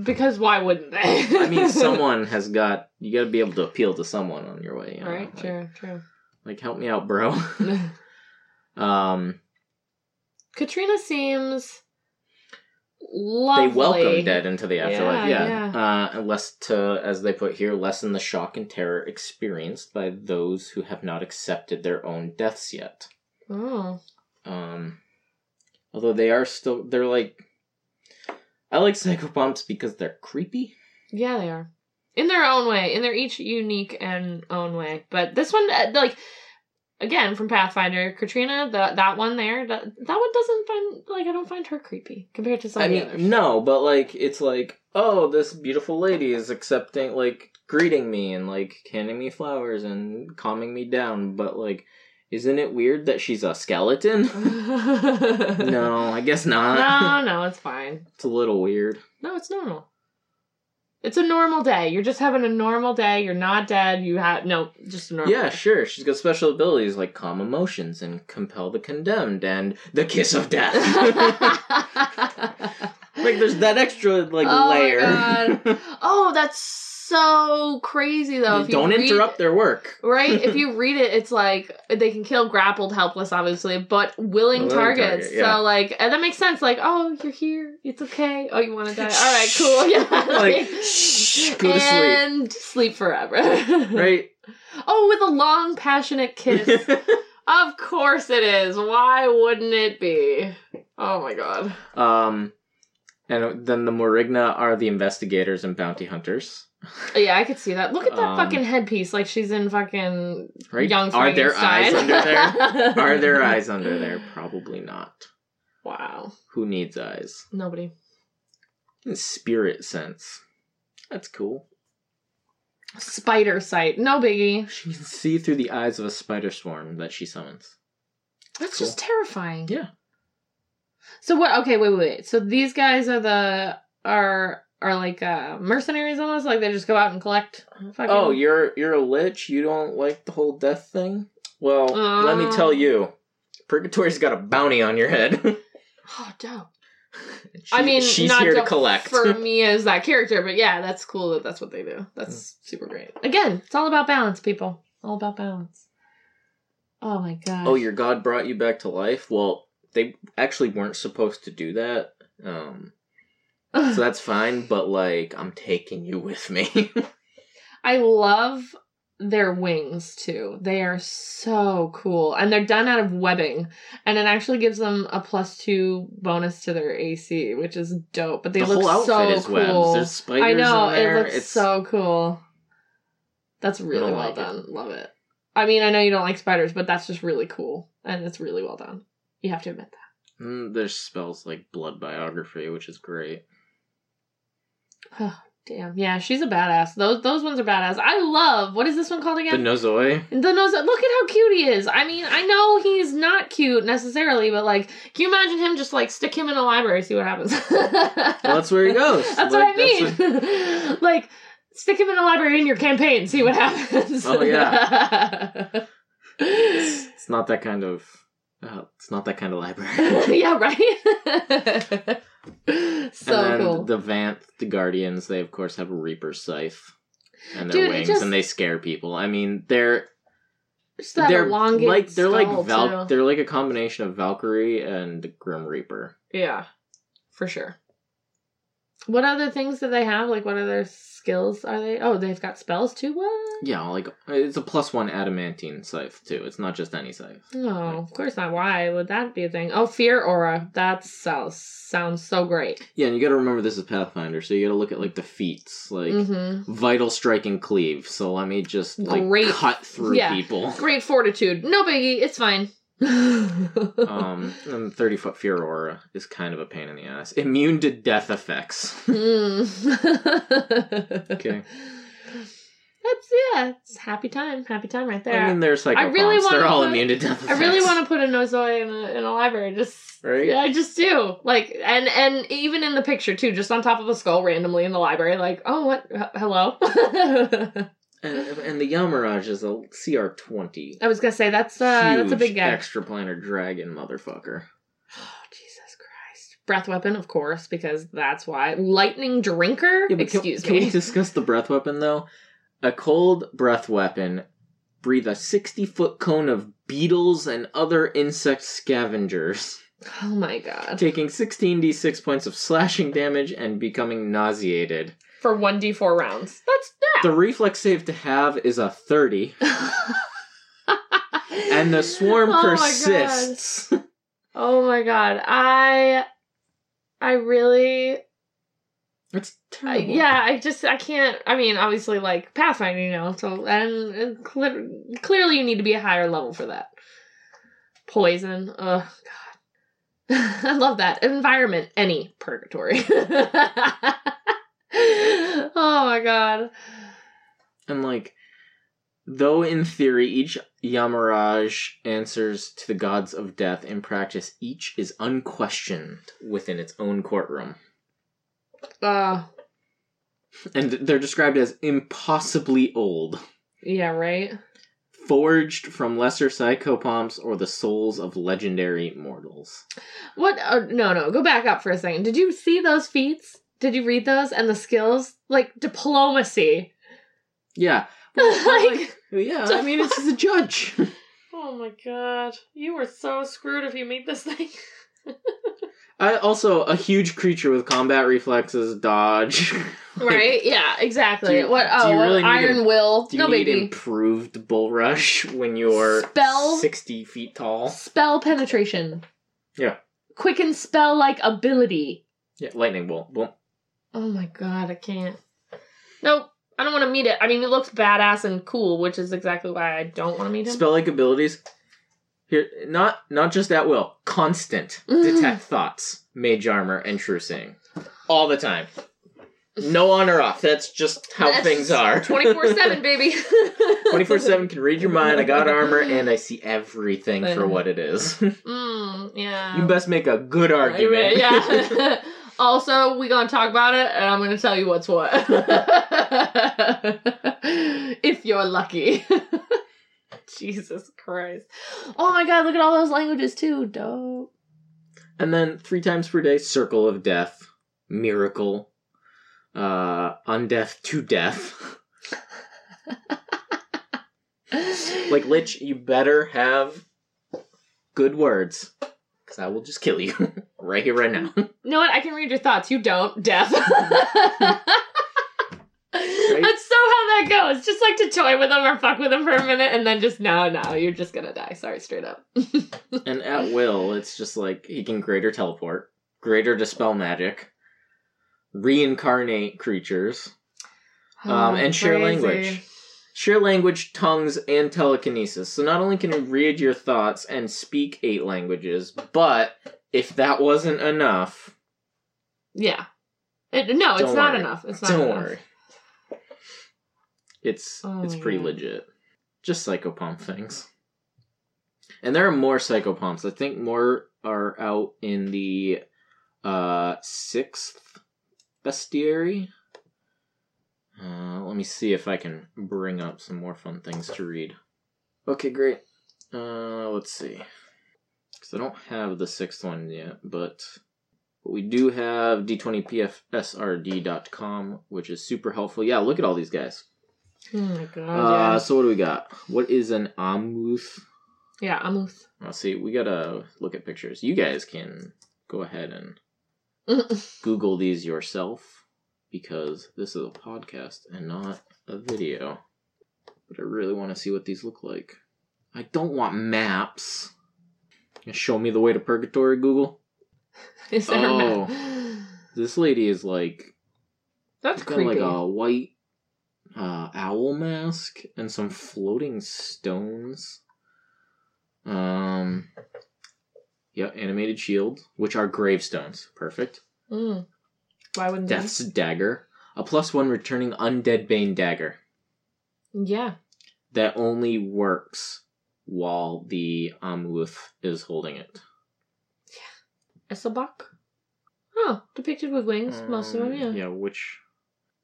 Speaker 1: because why wouldn't they?
Speaker 2: I mean, someone has got you got to be able to appeal to someone on your way. You know?
Speaker 1: Right.
Speaker 2: Like,
Speaker 1: True. True.
Speaker 2: like help me out, bro. um,
Speaker 1: Katrina seems
Speaker 2: they
Speaker 1: lovely.
Speaker 2: welcome dead into the afterlife.
Speaker 1: Yeah,
Speaker 2: Yeah, Uh, unless to as they put here, lessen the shock and terror experienced by those who have not accepted their own deaths yet.
Speaker 1: Oh,
Speaker 2: Um, although they are still, they're like, I like psychopomps because they're creepy.
Speaker 1: yeah, they are in their own way, in their each unique and own way. But this one, uh, like again from Pathfinder, Katrina, that that one there, that that one doesn't find like I don't find her creepy compared to some
Speaker 2: I
Speaker 1: of the
Speaker 2: mean,
Speaker 1: others.
Speaker 2: no, but like, it's like, oh, this beautiful lady is accepting, like, greeting me and like handing me flowers and calming me down. But like, isn't it weird that she's a skeleton?
Speaker 1: no,
Speaker 2: no, I guess
Speaker 1: no,
Speaker 2: not.
Speaker 1: no, it's fine.
Speaker 2: it's a little weird.
Speaker 1: No, it's normal. It's a normal day. You're just having a normal day. You're not dead. You have no, just a normal.
Speaker 2: Yeah, sure. She's got special abilities like calm emotions and compel the condemned and the kiss of death. like there's that extra like
Speaker 1: Oh my
Speaker 2: layer.
Speaker 1: God. oh, that's so crazy though. If you
Speaker 2: Don't
Speaker 1: read-
Speaker 2: interrupt their work.
Speaker 1: Right? If you read it, it's like they can kill grappled, helpless, obviously, but willing,
Speaker 2: Willing
Speaker 1: targets.
Speaker 2: target, yeah.
Speaker 1: So like, and that makes sense. Like, oh, you're here. It's okay. Oh, you want to die? All right, cool. Yeah.
Speaker 2: like shh, go to sleep.
Speaker 1: and sleep forever.
Speaker 2: Right?
Speaker 1: Oh, with a long, passionate kiss. of course it is. Why wouldn't it be? Oh my god.
Speaker 2: um and then the Morigna are the investigators and bounty hunters.
Speaker 1: Yeah, I could see that. Look at that
Speaker 2: Um,
Speaker 1: fucking headpiece. Like she's in fucking
Speaker 2: Right?
Speaker 1: Young
Speaker 2: are there eyes
Speaker 1: Frankenstein.
Speaker 2: under there? Are there eyes under there? Probably not.
Speaker 1: Wow.
Speaker 2: Who needs eyes?
Speaker 1: Nobody.
Speaker 2: Spirit sense. That's cool.
Speaker 1: Spider sight. No biggie.
Speaker 2: She can see through the eyes of a spider swarm that she summons.
Speaker 1: That's
Speaker 2: Cool.
Speaker 1: just terrifying.
Speaker 2: Yeah.
Speaker 1: So what okay, wait, wait, wait. So these guys are the are are like uh mercenaries almost? Like they just go out and collect fucking
Speaker 2: Oh, you're you're a lich. You don't like the whole death thing. Well, let me
Speaker 1: Um.
Speaker 2: tell you, Purgatory's got a bounty on your head.
Speaker 1: Oh dope. I
Speaker 2: She-
Speaker 1: mean
Speaker 2: she's
Speaker 1: not
Speaker 2: here to
Speaker 1: dope
Speaker 2: collect.
Speaker 1: for me as that character, but yeah, that's cool that that's what they do.
Speaker 2: Mm.
Speaker 1: That's super great. Again, it's all about balance, people. All about balance. Oh my god.
Speaker 2: oh, your god brought you back to life. Well, they actually weren't supposed to do that. Um, so that's fine. But like, I'm taking you with me.
Speaker 1: I love their wings too. They are so cool. And they're done out of webbing. And it actually gives them a plus two bonus to their AC, which is dope. But they
Speaker 2: the
Speaker 1: look
Speaker 2: whole outfit
Speaker 1: so
Speaker 2: is
Speaker 1: cool.
Speaker 2: webs. There's spiders
Speaker 1: I know,
Speaker 2: in there.
Speaker 1: it looks
Speaker 2: it's
Speaker 1: so cool. That's really
Speaker 2: don't
Speaker 1: well
Speaker 2: like it.
Speaker 1: done. Love it. I mean, I know you don't like spiders, but that's just really cool. And it's really well done. You have to admit that.
Speaker 2: Mm, there's spells like blood biography, which is great.
Speaker 1: Damn. Yeah, she's a badass. Those those ones are badass. I love. What is this one called
Speaker 2: The
Speaker 1: again?
Speaker 2: Nozoi.
Speaker 1: The nose. Look at how cute he is. I mean, I know he's not cute necessarily, but like, can you imagine him just like stick him in a library, see what happens?
Speaker 2: Well, that's where he goes.
Speaker 1: That's
Speaker 2: Like,
Speaker 1: what I mean.
Speaker 2: what-
Speaker 1: like, stick him in a library in your campaign, see what happens.
Speaker 2: Oh,
Speaker 1: yeah.
Speaker 2: it's not that kind of. Uh, it's not that kind of library.
Speaker 1: yeah, right?
Speaker 2: and
Speaker 1: so
Speaker 2: then
Speaker 1: cool.
Speaker 2: the Vanth, the Guardians, they of course have a Reaper scythe and their
Speaker 1: Dude, it
Speaker 2: wings,
Speaker 1: just-
Speaker 2: and they scare people. I mean, they're
Speaker 1: Just that
Speaker 2: they're
Speaker 1: elongated
Speaker 2: like they're
Speaker 1: skull,
Speaker 2: like Val-
Speaker 1: too.
Speaker 2: they're like a combination of Valkyrie and the Grim Reaper.
Speaker 1: Yeah, for sure. What other things do they have? Like, what other skills are they? Oh, they've got spells too. What?
Speaker 2: Yeah, like it's a plus one adamantine scythe too. It's not just any scythe.
Speaker 1: No, Oh, of course not. Why would that be a thing? Oh, fear aura. That sounds sounds so great.
Speaker 2: Yeah, and you got to remember this is Pathfinder, so you got to look at like the feats, like
Speaker 1: hmm
Speaker 2: vital striking cleave. So let me just like
Speaker 1: Great.
Speaker 2: cut through
Speaker 1: Yeah.
Speaker 2: people.
Speaker 1: Great fortitude. No biggie. It's fine.
Speaker 2: um, and thirty foot fear aura is kind of a pain in the ass. Immune to death effects.
Speaker 1: Hmm. Mm.
Speaker 2: Okay.
Speaker 1: That's yeah. It's happy time. Happy time right there.
Speaker 2: I
Speaker 1: I,
Speaker 2: mean, they're psychopomps.
Speaker 1: I really
Speaker 2: they're
Speaker 1: wanna
Speaker 2: all
Speaker 1: put-
Speaker 2: immune to death effects.
Speaker 1: really want to put a nozoi in a, in a library. Just
Speaker 2: Right?
Speaker 1: Yeah, I just do. Like, and and even in the picture too, just on top of a skull randomly in the library. Like, oh, what? H- hello.
Speaker 2: And, and the Yamiraj is a CR twenty.
Speaker 1: I was gonna say that's uh, that's a big guy.
Speaker 2: Extra planar dragon motherfucker.
Speaker 1: Oh, Jesus Christ! Breath weapon, of course, because that's why lightning drinker.
Speaker 2: Yeah, but can-
Speaker 1: Excuse
Speaker 2: can,
Speaker 1: me.
Speaker 2: we discuss the breath weapon though? A cold breath weapon. Breathe a sixty foot cone of beetles and other insect scavengers,
Speaker 1: oh my God!
Speaker 2: taking sixteen d six points of slashing damage and becoming nauseated.
Speaker 1: For one d four rounds. That's
Speaker 2: The reflex save to have is a thirty, and the swarm
Speaker 1: Oh my God.
Speaker 2: persists.
Speaker 1: Oh my god. I I really
Speaker 2: It's
Speaker 1: I,
Speaker 2: terrible.
Speaker 1: yeah, I just I can't I mean, obviously like Pathfinder, you know. So and, and clear, clearly you need to be a higher level for that. Poison. Oh god. I love that. Environment any purgatory. oh my god.
Speaker 2: And like, though in theory each Yamiraj answers to the gods of death, in practice each is unquestioned within its own courtroom.
Speaker 1: Uh
Speaker 2: And they're described as impossibly old,
Speaker 1: yeah, right.
Speaker 2: forged from lesser psychopomps or the souls of legendary mortals.
Speaker 1: What? Uh, no, no. Go back up for a second. Did you see those feats? Did you read those and the skills? Like diplomacy.
Speaker 2: Yeah.
Speaker 1: like,
Speaker 2: Yeah, I mean, it's the judge.
Speaker 1: oh my god, you were so screwed if you meet this thing.
Speaker 2: I, also, a huge creature with combat reflexes, dodge. Like,
Speaker 1: right? Yeah.
Speaker 2: do
Speaker 1: Exactly.
Speaker 2: you-
Speaker 1: what?
Speaker 2: do
Speaker 1: Oh,
Speaker 2: you
Speaker 1: what-
Speaker 2: really need
Speaker 1: Iron Will.
Speaker 2: Do you
Speaker 1: No
Speaker 2: need
Speaker 1: biggie.
Speaker 2: improved bull rush when you're
Speaker 1: Spell?
Speaker 2: 60 feet tall?
Speaker 1: Spell penetration.
Speaker 2: Yeah.
Speaker 1: Quicken spell like ability.
Speaker 2: Yeah, lightning bolt. Well,
Speaker 1: Oh my god, I can't. Nope. I don't want to meet it. I mean, it looks badass and cool, which is exactly why I don't want to meet him.
Speaker 2: spell like abilities. Here, not not just at will. Constant
Speaker 1: Mhm.
Speaker 2: detect thoughts, mage armor, and true seeing, all the time. No on or off. That's just how
Speaker 1: That's
Speaker 2: things are.
Speaker 1: 24-7, baby.
Speaker 2: 24/7 can read your mind. I got armor and I see everything for what it is. you
Speaker 1: Mm, yeah.
Speaker 2: best make a good argument.
Speaker 1: Right, Yeah. also, we gonna talk about it, and I'm gonna tell you what's what. if you're lucky. Jesus Christ. Oh my god, look at all those languages too. Dope.
Speaker 2: And then three times per day, Circle of Death, Miracle, uh, Undeath to Death. like, Lich, you better have good words. Because I will just kill you right here, right now.
Speaker 1: You know what? I can read your thoughts. You don't. Death. That's so how that goes. Just like to toy with them or fuck with them for a minute and then just, no, no, you're just gonna die. Sorry, straight up.
Speaker 2: and at will, it's just like he can greater teleport, greater dispel magic, reincarnate creatures, um, and share
Speaker 1: Crazy.
Speaker 2: language. Share language, tongues, and telekinesis. So not only can you read your thoughts and speak eight languages, but if that wasn't enough,
Speaker 1: Yeah. It, no, it's
Speaker 2: Don't
Speaker 1: not
Speaker 2: worry.
Speaker 1: enough. It's not
Speaker 2: Don't
Speaker 1: enough.
Speaker 2: worry. It's
Speaker 1: Oh
Speaker 2: it's
Speaker 1: my
Speaker 2: pretty
Speaker 1: God.
Speaker 2: legit. Just psychopomp things. And there are more psychopomps. I think more are out in the uh sixth bestiary. Uh, let me see if I can bring up some more fun things to read. Okay, great. Uh, let's see. Because I don't have the sixth one yet, but but we do have d20pfsrd.com, which is super helpful. Yeah, look at all these guys.
Speaker 1: Oh my god.
Speaker 2: uh, So what do we got? What is an amuth?
Speaker 1: yeah. yeah, Amuth.
Speaker 2: Well, see, we gotta look at pictures. You guys can go ahead and Google these yourself because this is a podcast and not a video. But I really want to see what these look like. I don't want maps. You Show me the way to purgatory, Google.
Speaker 1: Is there a
Speaker 2: Oh.
Speaker 1: map?
Speaker 2: This lady is like
Speaker 1: That's
Speaker 2: It's got like
Speaker 1: creepy.
Speaker 2: a white uh, owl mask and some floating stones. Um, yeah, animated shield, which are gravestones. Perfect.
Speaker 1: Mm. Why wouldn't
Speaker 2: Death's dagger, a plus one returning undead bane dagger
Speaker 1: They? Yeah.
Speaker 2: that only works while the Amluth is holding it.
Speaker 1: Esselbach? Oh, depicted with wings, most of them, yeah.
Speaker 2: Um, Yeah, which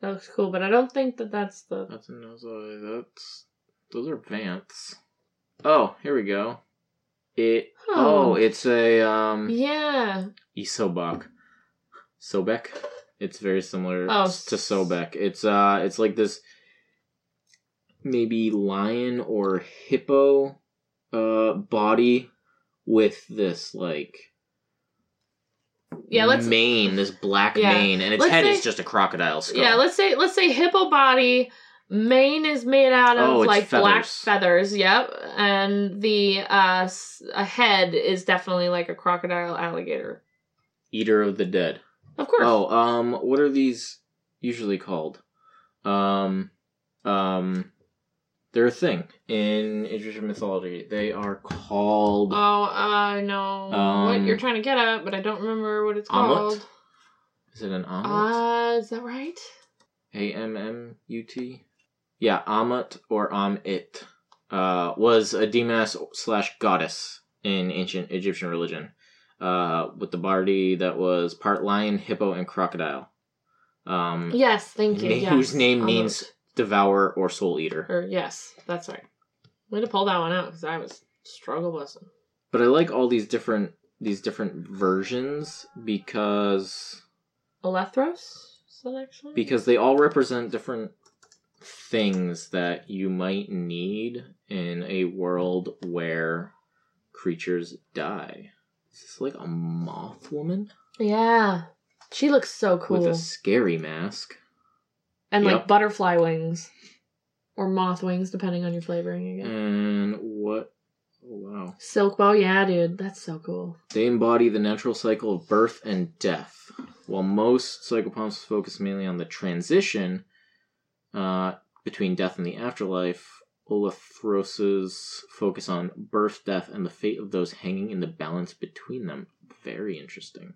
Speaker 1: That looks cool, but I don't think that that's the.
Speaker 2: that's a Nozai. That's those are Vants. Oh, here we go. It Oh, it's a um
Speaker 1: yeah.
Speaker 2: Isobok. Sobek. It's very similar
Speaker 1: Oh,
Speaker 2: s- to Sobek. It's uh it's like this maybe lion or hippo uh body with this like
Speaker 1: Yeah, let's.
Speaker 2: mane, this black
Speaker 1: Yeah.
Speaker 2: mane, and its
Speaker 1: Let's
Speaker 2: head
Speaker 1: say-
Speaker 2: is just a crocodile skull.
Speaker 1: Yeah, let's say let's say hippo body. Mane is made out of
Speaker 2: Oh, it's
Speaker 1: like black
Speaker 2: feathers.
Speaker 1: feathers. Yep, and the uh, s- a head is definitely like a crocodile alligator.
Speaker 2: Eater of the dead.
Speaker 1: Of course.
Speaker 2: Oh, um what are these usually called? Um um they're a thing in Egyptian mythology. They are called
Speaker 1: Oh, I know what
Speaker 2: Um,
Speaker 1: you're trying to get at, but I don't remember what it's
Speaker 2: Omelette?
Speaker 1: called.
Speaker 2: Is it an omelet?
Speaker 1: Uh, is that right?
Speaker 2: A M M U T? Yeah, Amat or Amit uh, was a demoness slash goddess in ancient Egyptian religion, uh, with the body that was part lion, hippo, and crocodile. Um,
Speaker 1: Yes, thank you.
Speaker 2: na- whose
Speaker 1: yes,
Speaker 2: name
Speaker 1: Omelette.
Speaker 2: means devourer or soul eater.
Speaker 1: Or yes, that's right. I'm gonna pull that one out because I was struggle busting.
Speaker 2: But I like all these different these different versions because
Speaker 1: Elethros selection.
Speaker 2: because they all represent different things that you might need in a world where creatures die. Is this like a moth woman
Speaker 1: yeah, she looks so
Speaker 2: with
Speaker 1: cool
Speaker 2: a scary mask?
Speaker 1: and like
Speaker 2: Yep.
Speaker 1: butterfly wings or moth wings, depending on your flavoring.
Speaker 2: Mm.
Speaker 1: I guess.
Speaker 2: And what? Oh, wow.
Speaker 1: Silk bow, yeah, dude, that's so cool.
Speaker 2: They embody the natural cycle of birth and death. While most psychopomps focus mainly on the transition uh, between death and the afterlife, Olathros's focus on birth, death, and the fate of those hanging in the balance between them. Very interesting.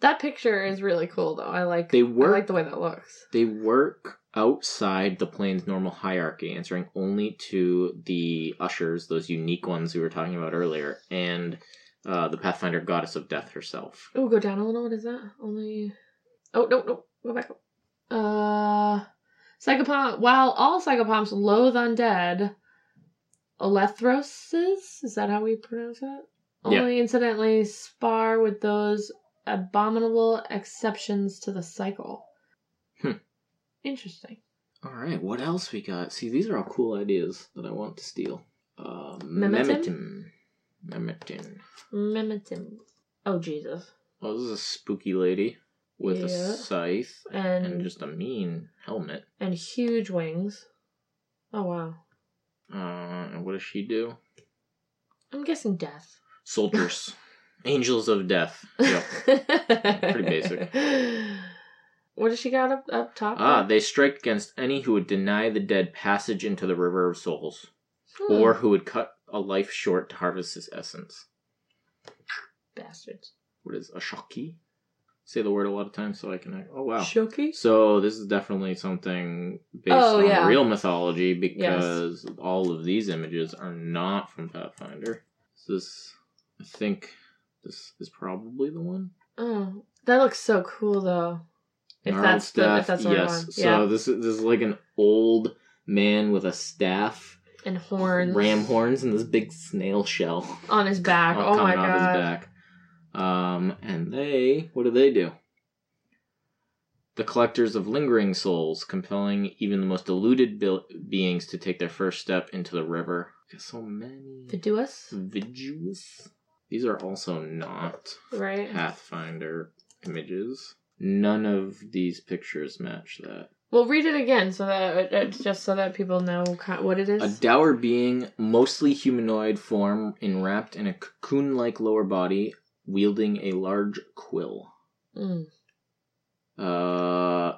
Speaker 1: That picture is really cool though. I like.
Speaker 2: They
Speaker 1: I
Speaker 2: work.
Speaker 1: like the way that looks.
Speaker 2: They work outside the plane's normal hierarchy, answering only to the ushers, those unique ones we were talking about earlier, and uh, the Pathfinder goddess of death herself.
Speaker 1: Oh, go down a little. What is that? Only. Oh no no go back. up. Uh, psychopomp. While all psychopomps loathe undead, Elethros is that how we pronounce it?
Speaker 2: Yeah.
Speaker 1: Only incidentally spar with those abominable exceptions to the cycle.
Speaker 2: Hmm.
Speaker 1: Interesting.
Speaker 2: All right, what else we got? See, these are all cool ideas that I want to steal. Uh,
Speaker 1: Memetin?
Speaker 2: Memetin. Memetin.
Speaker 1: Memetim. Oh Jesus.
Speaker 2: Oh, this is a spooky lady with
Speaker 1: Yeah.
Speaker 2: a
Speaker 1: Mm.
Speaker 2: scythe
Speaker 1: And
Speaker 2: and just a mean helmet.
Speaker 1: and huge wings. Oh wow.
Speaker 2: Uh, and what does she do?
Speaker 1: I'm guessing death.
Speaker 2: Soldiers. Angels of death. Yep.
Speaker 1: Pretty
Speaker 2: basic.
Speaker 1: What does she got up up top?
Speaker 2: ah,
Speaker 1: there?
Speaker 2: they strike against any who would deny the dead passage into the river of souls,
Speaker 1: Hmm.
Speaker 2: or who would cut a life short to harvest his essence.
Speaker 1: bastards.
Speaker 2: What is a shocky? say the word a lot of times, so I can. Oh wow.
Speaker 1: Showcase?
Speaker 2: So this is definitely something based
Speaker 1: Oh,
Speaker 2: on
Speaker 1: yeah.
Speaker 2: real mythology because all of these images are not from Pathfinder. This is, I think, this is probably the one.
Speaker 1: Oh, that looks so cool though. If
Speaker 2: Gnarled
Speaker 1: that's the if that's the right
Speaker 2: yes.
Speaker 1: one.
Speaker 2: So
Speaker 1: Yeah.
Speaker 2: this is this is like an old man with a staff,
Speaker 1: and horns
Speaker 2: ram horns, and this big snail shell
Speaker 1: on his back.
Speaker 2: all
Speaker 1: Oh my
Speaker 2: coming off
Speaker 1: god.
Speaker 2: his back. Um, and they, what do they do? The collectors of lingering souls, compelling even the most deluded bil- beings to take their first step into the river. Got So many
Speaker 1: Fiduous,
Speaker 2: Vigils? These are also not
Speaker 1: right?
Speaker 2: Pathfinder images. None of these pictures match that.
Speaker 1: Well, read it again so that uh, just so that people know ki- what it
Speaker 2: A
Speaker 1: is.
Speaker 2: dour being, mostly humanoid form, enwrapped in a cocoon like lower body, wielding a large quill.
Speaker 1: Mm.
Speaker 2: uh,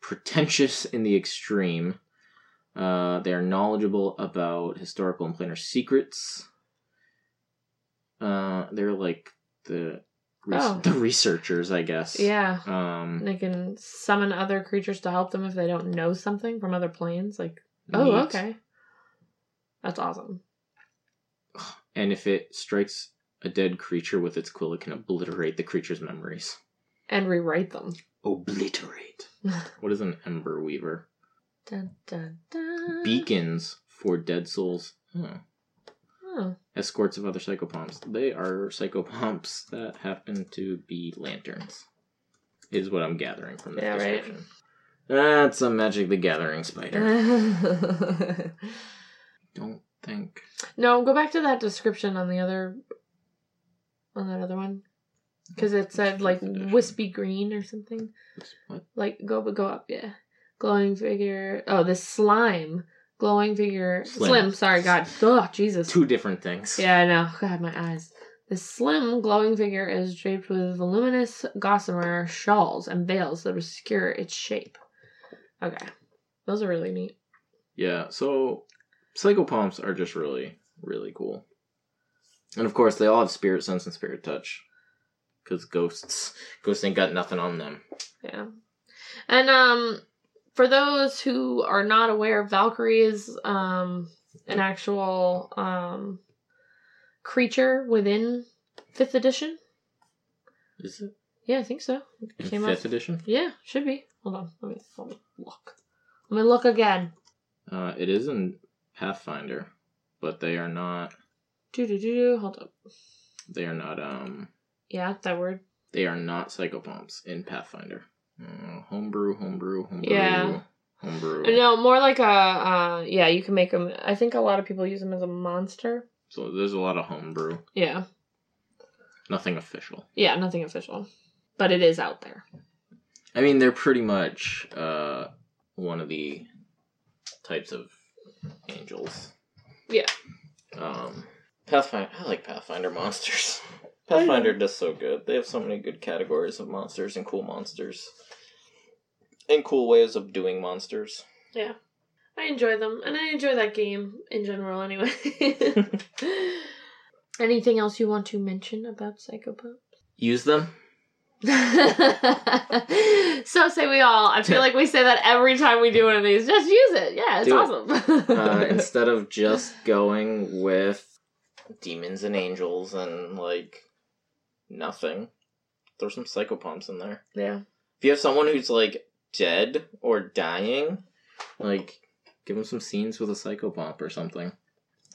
Speaker 2: pretentious in the extreme. Uh, they are knowledgeable about historical and planar secrets. Uh, they're like the res-
Speaker 1: Oh.
Speaker 2: the researchers, I guess.
Speaker 1: Yeah.
Speaker 2: Um,
Speaker 1: They can summon other creatures to help them if they don't know something from other planes. Like, oh,
Speaker 2: neat.
Speaker 1: okay. That's awesome.
Speaker 2: And if it strikes a dead creature with its quill, it can obliterate the creature's memories.
Speaker 1: And rewrite them.
Speaker 2: Obliterate. what is an ember weaver?
Speaker 1: Dun, dun, dun.
Speaker 2: Beacons for dead souls. Oh.
Speaker 1: Oh,
Speaker 2: escorts of other psychopomps. They are psychopomps that happen to be lanterns, is what I'm gathering from the
Speaker 1: Yeah, right. Uh-huh.
Speaker 2: description. That's a Magic the Gathering spider. Don't think.
Speaker 1: no, go back to that description on the other, on that other one, because it said like wispy green or something.
Speaker 2: What?
Speaker 1: Like go go up, yeah. Glowing figure. Oh, this slime. Glowing figure.
Speaker 2: Slim.
Speaker 1: Slim. sorry, God. Oh, Jesus.
Speaker 2: Two different things.
Speaker 1: Yeah, I know. God, my eyes. This slim, glowing figure is draped with voluminous gossamer shawls and veils that obscure its shape. Okay, those are really neat.
Speaker 2: Yeah. So psychopomps are just really, really cool. And of course, they all have spirit sense and spirit touch. Because ghosts, ghosts ain't got nothing on them.
Speaker 1: Yeah. And um for those who are not aware, Valkyrie is um an actual um creature within fifth edition.
Speaker 2: Is it?
Speaker 1: Yeah, I think so. It
Speaker 2: In
Speaker 1: came
Speaker 2: fifth
Speaker 1: out.
Speaker 2: edition?
Speaker 1: Yeah, should be. Hold on. Let me, let me look. Let me look again.
Speaker 2: Uh, it is in Pathfinder, but they are not.
Speaker 1: Do do do do. Hold up.
Speaker 2: They are not. Um,
Speaker 1: Yeah, that word.
Speaker 2: they are not psychopomps in Pathfinder. Uh, homebrew, homebrew, homebrew,
Speaker 1: Yeah.
Speaker 2: homebrew.
Speaker 1: No, more like a uh yeah, you can make them I think a lot of people use them as a monster.
Speaker 2: So there's a lot of homebrew.
Speaker 1: Yeah.
Speaker 2: Nothing official.
Speaker 1: Yeah, nothing official. But it is out there.
Speaker 2: I mean, they're pretty much uh, one of the types of angels.
Speaker 1: Yeah.
Speaker 2: Um, Pathfinder. I like Pathfinder monsters. Pathfinder does so good. They have so many good categories of monsters and cool monsters, and cool ways of doing monsters.
Speaker 1: I enjoy them, and I enjoy that game in general anyway. Anything else you want to mention about Psychopomp?
Speaker 2: Use them.
Speaker 1: so say we all. I feel like we say that every time we do one of these. Just use it. Yeah, it's
Speaker 2: Do it.
Speaker 1: awesome.
Speaker 2: uh, instead of just going with demons and angels and like nothing, throw some psychopomps in there.
Speaker 1: yeah.
Speaker 2: If you have someone who's like dead or dying, like give them some scenes with a psychopomp or something.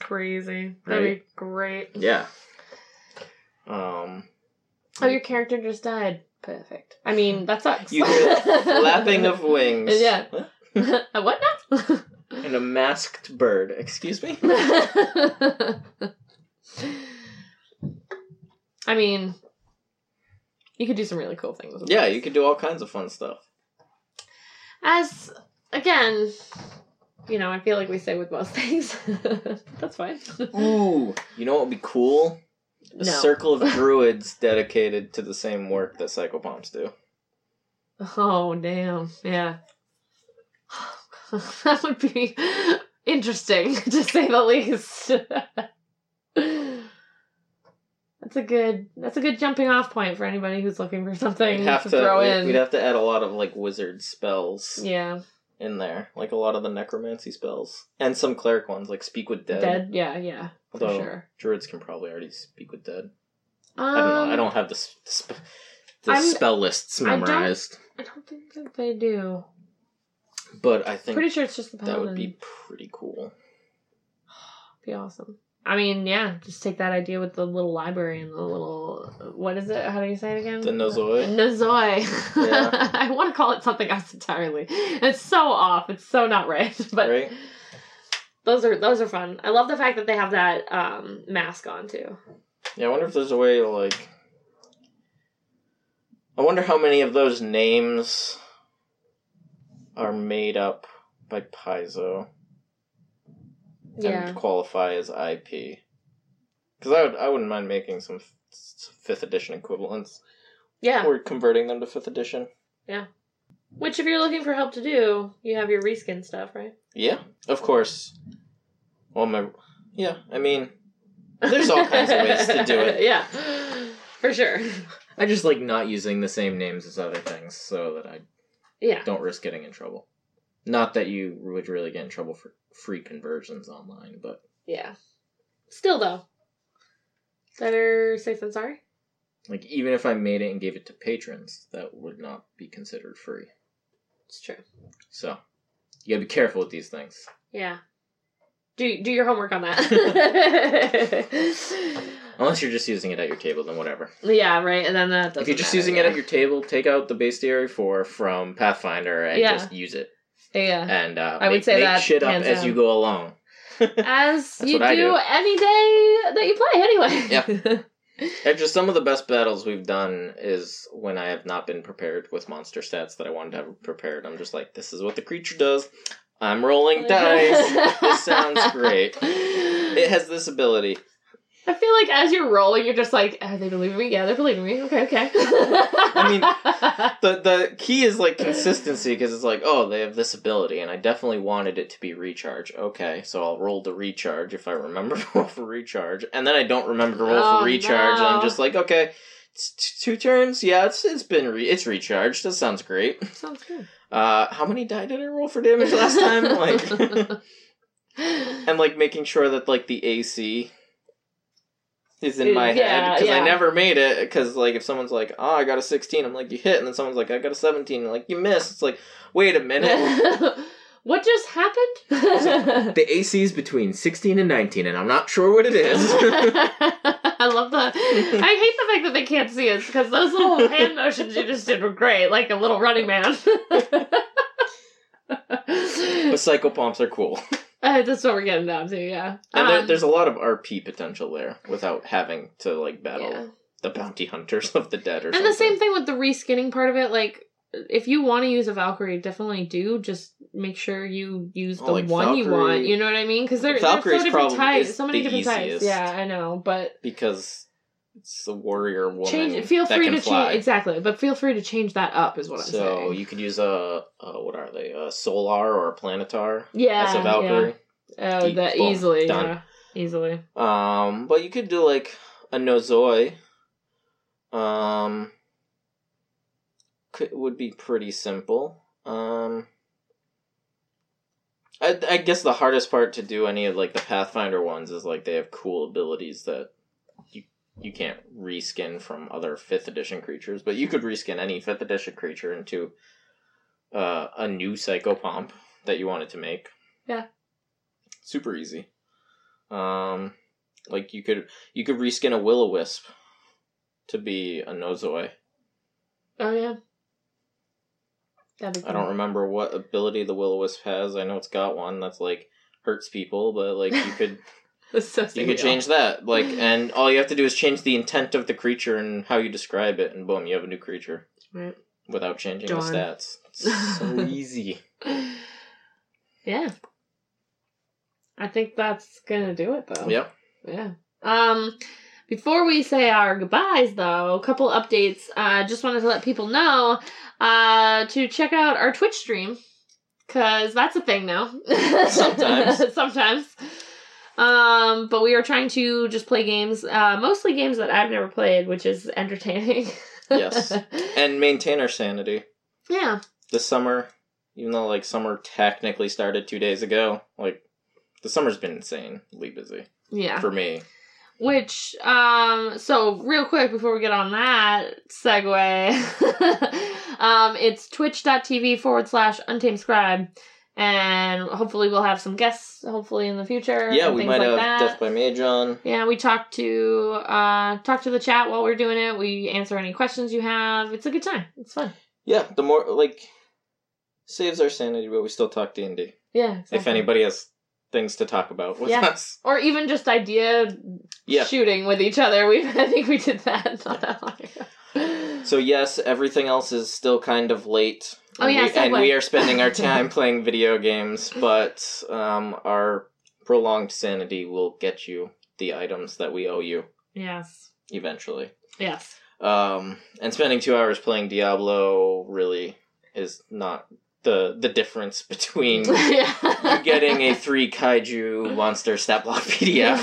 Speaker 1: Crazy.
Speaker 2: That'd be
Speaker 1: be great.
Speaker 2: Yeah. Um,
Speaker 1: Oh, your character just died. Perfect. I mean, that sucks.
Speaker 2: You hear flapping of wings.
Speaker 1: Yeah. A what now?
Speaker 2: And a masked bird. Excuse me.
Speaker 1: I mean, you could do some really cool things. with
Speaker 2: Yeah,
Speaker 1: this.
Speaker 2: you could do all kinds of fun stuff.
Speaker 1: As again, you know, I feel like we say with most things. That's fine.
Speaker 2: Ooh, you know what would be cool? A
Speaker 1: No.
Speaker 2: circle of druids dedicated to the same work that psychopomps do.
Speaker 1: Oh damn! Yeah, that would be interesting to say the least. That's a good. That's a good jumping off point for anybody who's looking for something
Speaker 2: We'd
Speaker 1: to,
Speaker 2: have to,
Speaker 1: throw
Speaker 2: we'd,
Speaker 1: in.
Speaker 2: we'd have to add a lot of like wizard spells
Speaker 1: yeah,
Speaker 2: in there, like a lot of the necromancy spells and some cleric ones, like speak with dead.
Speaker 1: dead. Yeah, yeah, for
Speaker 2: Although
Speaker 1: sure.
Speaker 2: druids can probably already speak with dead.
Speaker 1: Um,
Speaker 2: I don't know. I don't have the s- the, sp- the
Speaker 1: I'm-
Speaker 2: spell lists
Speaker 1: I don't-
Speaker 2: memorized,
Speaker 1: I don't think that they do.
Speaker 2: but I think
Speaker 1: Pretty sure it's just the
Speaker 2: that
Speaker 1: paladin.
Speaker 2: would be pretty cool.
Speaker 1: be awesome. I mean, yeah, just take that idea with the little library and the little what is it? How do you say it again?
Speaker 2: The Nozoi.
Speaker 1: Nozoi.
Speaker 2: Yeah.
Speaker 1: I want to call it something else entirely. It's so off. It's so not right. But
Speaker 2: Right?
Speaker 1: those are those are fun. I love the fact that they have that um, mask on too.
Speaker 2: Yeah, I wonder if there's a way to like. I wonder how many of those names are made up by Paizo
Speaker 1: Yeah.
Speaker 2: and qualify as IP. Because I would I wouldn't mind making some f- s- fifth edition equivalents
Speaker 1: Yeah.
Speaker 2: or converting them to fifth edition.
Speaker 1: Which if you're looking for help to do, you have your reskin stuff, right?
Speaker 2: Yeah, of course. Well, my yeah, I mean, There's all kinds of ways to do it.
Speaker 1: yeah. For sure.
Speaker 3: I just like not using the same names as other things so that I
Speaker 1: Yeah.
Speaker 3: don't risk getting in trouble. Not that you would really get in trouble for free conversions online, but
Speaker 1: Yeah. Still though. Better safe than sorry.
Speaker 3: like even if I made it and gave it to patrons, that would not be considered free.
Speaker 1: It's true.
Speaker 3: So you gotta be careful with these things.
Speaker 1: Yeah. Do do your homework on that.
Speaker 3: Unless you're just using it at your table, then whatever.
Speaker 1: yeah, right. And then that doesn't
Speaker 3: if you're just
Speaker 1: matter,
Speaker 3: using
Speaker 1: yeah.
Speaker 3: it at your table, take out the base theory four from Pathfinder and
Speaker 1: Yeah.
Speaker 3: just use it.
Speaker 1: yeah.
Speaker 3: And uh,
Speaker 1: I would
Speaker 3: make,
Speaker 1: say
Speaker 3: make
Speaker 1: that
Speaker 3: shit up
Speaker 1: hands
Speaker 3: as
Speaker 1: down.
Speaker 3: you go along.
Speaker 1: As
Speaker 3: That's
Speaker 1: you
Speaker 3: what I
Speaker 1: do,
Speaker 3: do.
Speaker 1: any day that you play, anyway. Yeah.
Speaker 2: Actually, some of the best battles we've done is when I have not been prepared with monster stats that I wanted to have prepared. I'm just like, this is what the creature does. I'm rolling dice. this sounds great. It has this ability.
Speaker 1: I feel like as you're rolling, you're just like, are they believing me? Yeah, they're believing me. Okay, okay.
Speaker 2: mean,
Speaker 1: I
Speaker 2: The the key is like consistency because it's like, oh, they have this ability, and I definitely wanted it to be recharge. Okay, so I'll roll the recharge if I remember to roll for recharge, and then I don't remember to roll
Speaker 1: Oh,
Speaker 2: for recharge, and I'm
Speaker 1: no.
Speaker 2: just like, okay, it's t- two turns. Yeah, it's it's been re- it's recharged. That sounds great.
Speaker 1: sounds good.
Speaker 2: uh, how many die did I roll for damage last time? Like, and like making sure that like the AC is in my head
Speaker 1: Yeah,
Speaker 2: because I
Speaker 1: yeah.
Speaker 2: never made it. Because like if someone's like, oh, I got a sixteen, I'm like, you hit, and then someone's like, I got a seventeen, and like you missed. It's like, wait a minute.
Speaker 1: what just happened?
Speaker 3: The AC is between 16 and 19, and I'm not sure what it is.
Speaker 1: I love the. I hate the fact that they can't see us because those little hand motions you just did were great, like a little running man.
Speaker 2: but psychopomps are cool,
Speaker 1: Uh, that's what we're getting down to, yeah.
Speaker 2: and there,
Speaker 1: Um,
Speaker 2: there's a lot of RP potential there without having to like battle
Speaker 1: yeah.
Speaker 2: the bounty hunters of the dead or
Speaker 1: And
Speaker 2: something.
Speaker 1: the same thing with the reskinning part of it. Like, if you want to use a Valkyrie, definitely do. Just make sure you use the
Speaker 2: Well, like,
Speaker 1: one you want.
Speaker 2: Valkyrie-
Speaker 1: You know what I mean? Because there, there's so
Speaker 2: Valkyrie's
Speaker 1: different
Speaker 2: problem
Speaker 1: types.
Speaker 2: is
Speaker 1: So many
Speaker 2: the
Speaker 1: different types.
Speaker 2: easiest.
Speaker 1: Yeah, I know. But
Speaker 2: because it's the warrior woman.
Speaker 1: change. Feel
Speaker 2: that
Speaker 1: free
Speaker 2: can
Speaker 1: to
Speaker 2: fly.
Speaker 1: change. Exactly. But feel free to change that up. Is what I'm
Speaker 2: so
Speaker 1: saying.
Speaker 2: you could use a, a what are they a solar or a planetar
Speaker 1: yeah,
Speaker 2: as a Valkyrie.
Speaker 1: Yeah. Oh,
Speaker 2: Deep,
Speaker 1: that
Speaker 2: boom,
Speaker 1: easily.
Speaker 2: done.
Speaker 1: Yeah, easily.
Speaker 2: Um, but you could do like a Nozoi. Um, could, would be pretty simple. Um, I I guess the hardest part to do any of like the Pathfinder ones is like they have cool abilities that you you can't reskin from other fifth edition creatures, but you could reskin any fifth edition creature into uh, a new psychopomp that you wanted to make.
Speaker 1: Yeah.
Speaker 2: Super easy. Um, like you could you could reskin a will o wisp to be a Nozoi.
Speaker 1: Oh yeah. That'd be
Speaker 2: I don't remember what ability the will o wisp has. I know it's got one that's like hurts people, but like you could
Speaker 1: That's so
Speaker 2: you could
Speaker 1: surreal.
Speaker 2: change that. Like and all you have to do is change the intent of the creature and how you describe it, and boom, you have a new creature
Speaker 1: Right.
Speaker 2: without changing
Speaker 1: Done.
Speaker 2: the stats. It's so easy.
Speaker 1: yeah. I think that's gonna do it though.
Speaker 2: Yep.
Speaker 1: Yeah. Um before we say our goodbyes though, a couple updates. Uh just wanted to let people know uh to check out our Twitch stream cuz that's a thing now.
Speaker 2: Sometimes.
Speaker 1: Sometimes. Um, but we are trying to just play games, uh, mostly games that I've never played, which is entertaining.
Speaker 2: Yes. and maintain our sanity.
Speaker 1: yeah.
Speaker 2: This summer, even though like summer technically started two days ago, like the summer's been insanely busy
Speaker 1: Yeah.
Speaker 2: for me.
Speaker 1: Which, um, so real quick before we get on that segue, um, it's twitch.tv forward slash untamed scribe. And hopefully we'll have some guests, hopefully in the future.
Speaker 2: Yeah,
Speaker 1: and
Speaker 2: we
Speaker 1: things
Speaker 2: might
Speaker 1: like
Speaker 2: have
Speaker 1: that.
Speaker 2: Death by Mage on.
Speaker 1: Yeah, we talk to uh talk to the chat while we're doing it. We answer any questions you have. It's a good time. It's fun.
Speaker 2: Yeah, the more like saves our sanity, but we still talk D and D.
Speaker 1: Yeah.
Speaker 2: If
Speaker 1: exactly.
Speaker 2: anybody has things to talk about with
Speaker 1: Yeah.
Speaker 2: us,
Speaker 1: or even just idea
Speaker 2: yeah.
Speaker 1: shooting with each other. We I think we did that not that long ago.
Speaker 2: So yes, everything else is still kind of late.
Speaker 1: Oh,
Speaker 2: and
Speaker 1: yeah,
Speaker 2: we, and
Speaker 1: Segway.
Speaker 2: we are spending our time playing video games, but um, our prolonged sanity will get you the items that we owe you
Speaker 1: yes,
Speaker 2: eventually.
Speaker 1: yes,
Speaker 2: Um, and spending two hours playing Diablo really is not the the difference between you
Speaker 1: yeah.
Speaker 2: getting a three kaiju monster stat block PDF.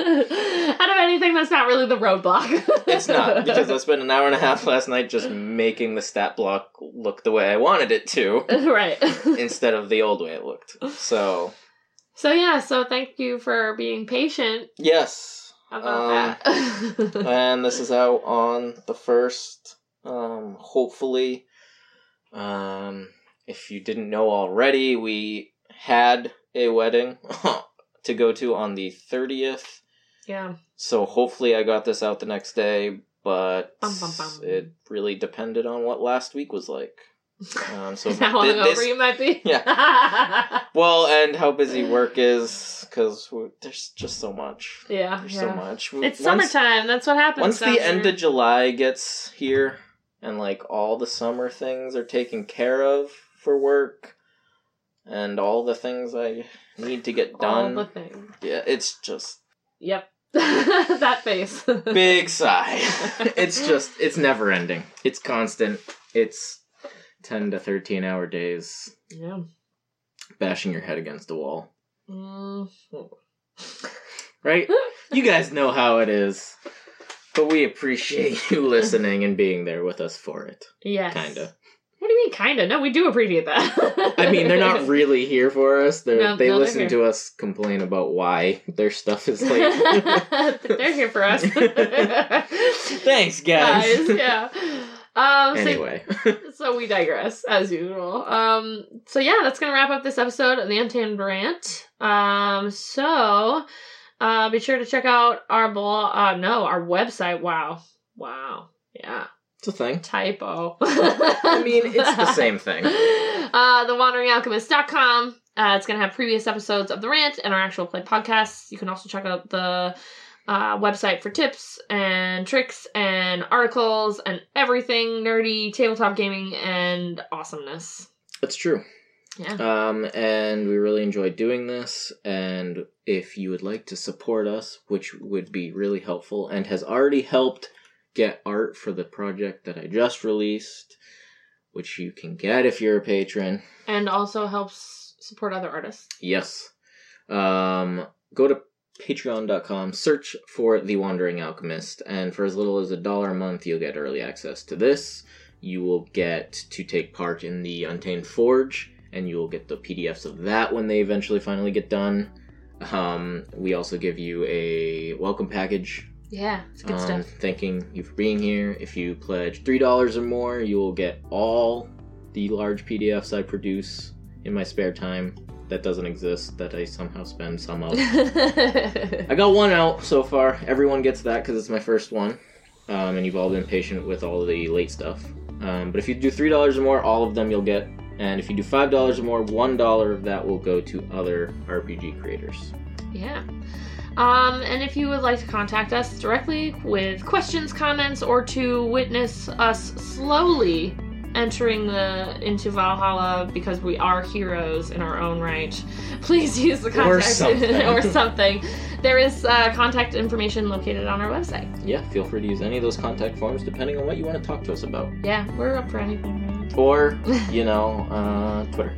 Speaker 1: Out of anything, that's not really the roadblock.
Speaker 2: It's not because I spent an hour and a half last night just making the stat block look the way I wanted it to.
Speaker 1: right.
Speaker 2: instead of the old way it looked. So
Speaker 1: So yeah, so thank you for being patient
Speaker 2: yes, Um, uh,
Speaker 1: about that.
Speaker 2: and this is out on the first. Um, hopefully, um, if you didn't know already, we had a wedding to go to on the thirtieth.
Speaker 1: yeah.
Speaker 2: So hopefully, I got this out the next day. But
Speaker 1: Bum, bum, bum.
Speaker 2: it really depended on what last week was like. Um, so
Speaker 1: How
Speaker 2: thi-
Speaker 1: hungover
Speaker 2: this-
Speaker 1: you might be. Yeah.
Speaker 2: well, and how busy work is because there's just so much.
Speaker 1: yeah.
Speaker 2: There's so much.
Speaker 1: It's
Speaker 2: Once-
Speaker 1: summertime. That's what happens.
Speaker 2: Once the
Speaker 1: down
Speaker 2: end
Speaker 1: here.
Speaker 2: of July gets here and like all the summer things are taken care of for work and all the things I need to get
Speaker 1: all
Speaker 2: done.
Speaker 1: the things.
Speaker 2: Yeah, it's just
Speaker 1: Yep. that face.
Speaker 2: big sigh. it's just it's never ending. It's constant. It's 10 to 13 hour days
Speaker 1: Yeah.
Speaker 2: bashing your head against the wall.
Speaker 1: Mm.
Speaker 2: Right? you guys know how it is. But we appreciate you listening and being there with us for it.
Speaker 1: Yes.
Speaker 2: Kinda.
Speaker 1: What do you mean, kinda? No, we do appreciate that.
Speaker 2: I mean, they're not really here for us. They're,
Speaker 1: No,
Speaker 2: they
Speaker 1: no, they're
Speaker 2: listen
Speaker 1: here.
Speaker 2: to us complain about why their stuff is like.
Speaker 1: they're here for us.
Speaker 2: Thanks, guys.
Speaker 1: Guys, yeah. Um, so-
Speaker 2: Anyway,
Speaker 1: so we digress as usual. Um, so yeah, that's gonna wrap up this episode of the Untamed Rant. Um, so uh, be sure to check out our blog. Uh, no, our website. Wow, wow, yeah,
Speaker 2: it's a thing.
Speaker 1: typo.
Speaker 2: I mean, it's the same thing.
Speaker 1: Uh, thewanderingalchemist.com. Uh, it's going to have previous episodes of The Rant and our actual play podcasts. You can also check out the uh, website for tips and tricks and articles and everything nerdy, tabletop gaming, and awesomeness.
Speaker 2: That's true.
Speaker 1: Yeah.
Speaker 2: Um, and we really enjoy doing this. And if you would like to support us, which would be really helpful and has already helped get art for the project that I just released, which you can get if you're a patron.
Speaker 1: And also helps support other artists.
Speaker 2: Yes. Um, go to patreon.com, search for The Wandering Alchemist, and for as little as a dollar a month, you'll get early access to this. You will get to take part in the Untamed Forge, and you will get the PDFs of that when they eventually finally get done. Um, we also give you a welcome package
Speaker 1: Yeah, it's good
Speaker 2: um,
Speaker 1: stuff.
Speaker 2: Thanking you for being here. If you pledge three dollars or more, you will get all the large PDFs I produce in my spare time that doesn't exist that I somehow spend some of. I got one out so far. Everyone gets that because it's my first one, um, and you've all been patient with all the late stuff. Um, but if you do three dollars or more, all of them you'll get. And if you do five dollars or more, one dollar of that will go to other RPG creators.
Speaker 1: Yeah. Um, and if you would like to contact us directly with questions, comments, or to witness us slowly entering the into Valhalla because we are heroes in our own right, please use the contact
Speaker 2: something.
Speaker 1: or something. There is uh, contact information located on our website.
Speaker 2: Yeah, feel free to use any of those contact forms depending on what you want to talk to us about.
Speaker 1: Yeah, we're up for anything.
Speaker 2: or you know uh, twitter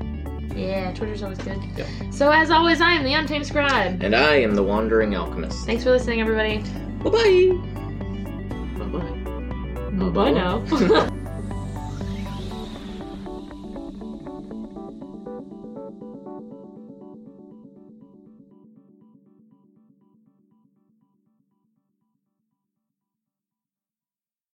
Speaker 1: Yeah, Twitter's always good.
Speaker 2: Yep.
Speaker 1: So as always, I am the Untamed Scribe.
Speaker 2: And I am the Wandering Alchemist.
Speaker 1: Thanks for listening, everybody.
Speaker 2: Bye bye!
Speaker 4: Bye bye.
Speaker 1: Bye now.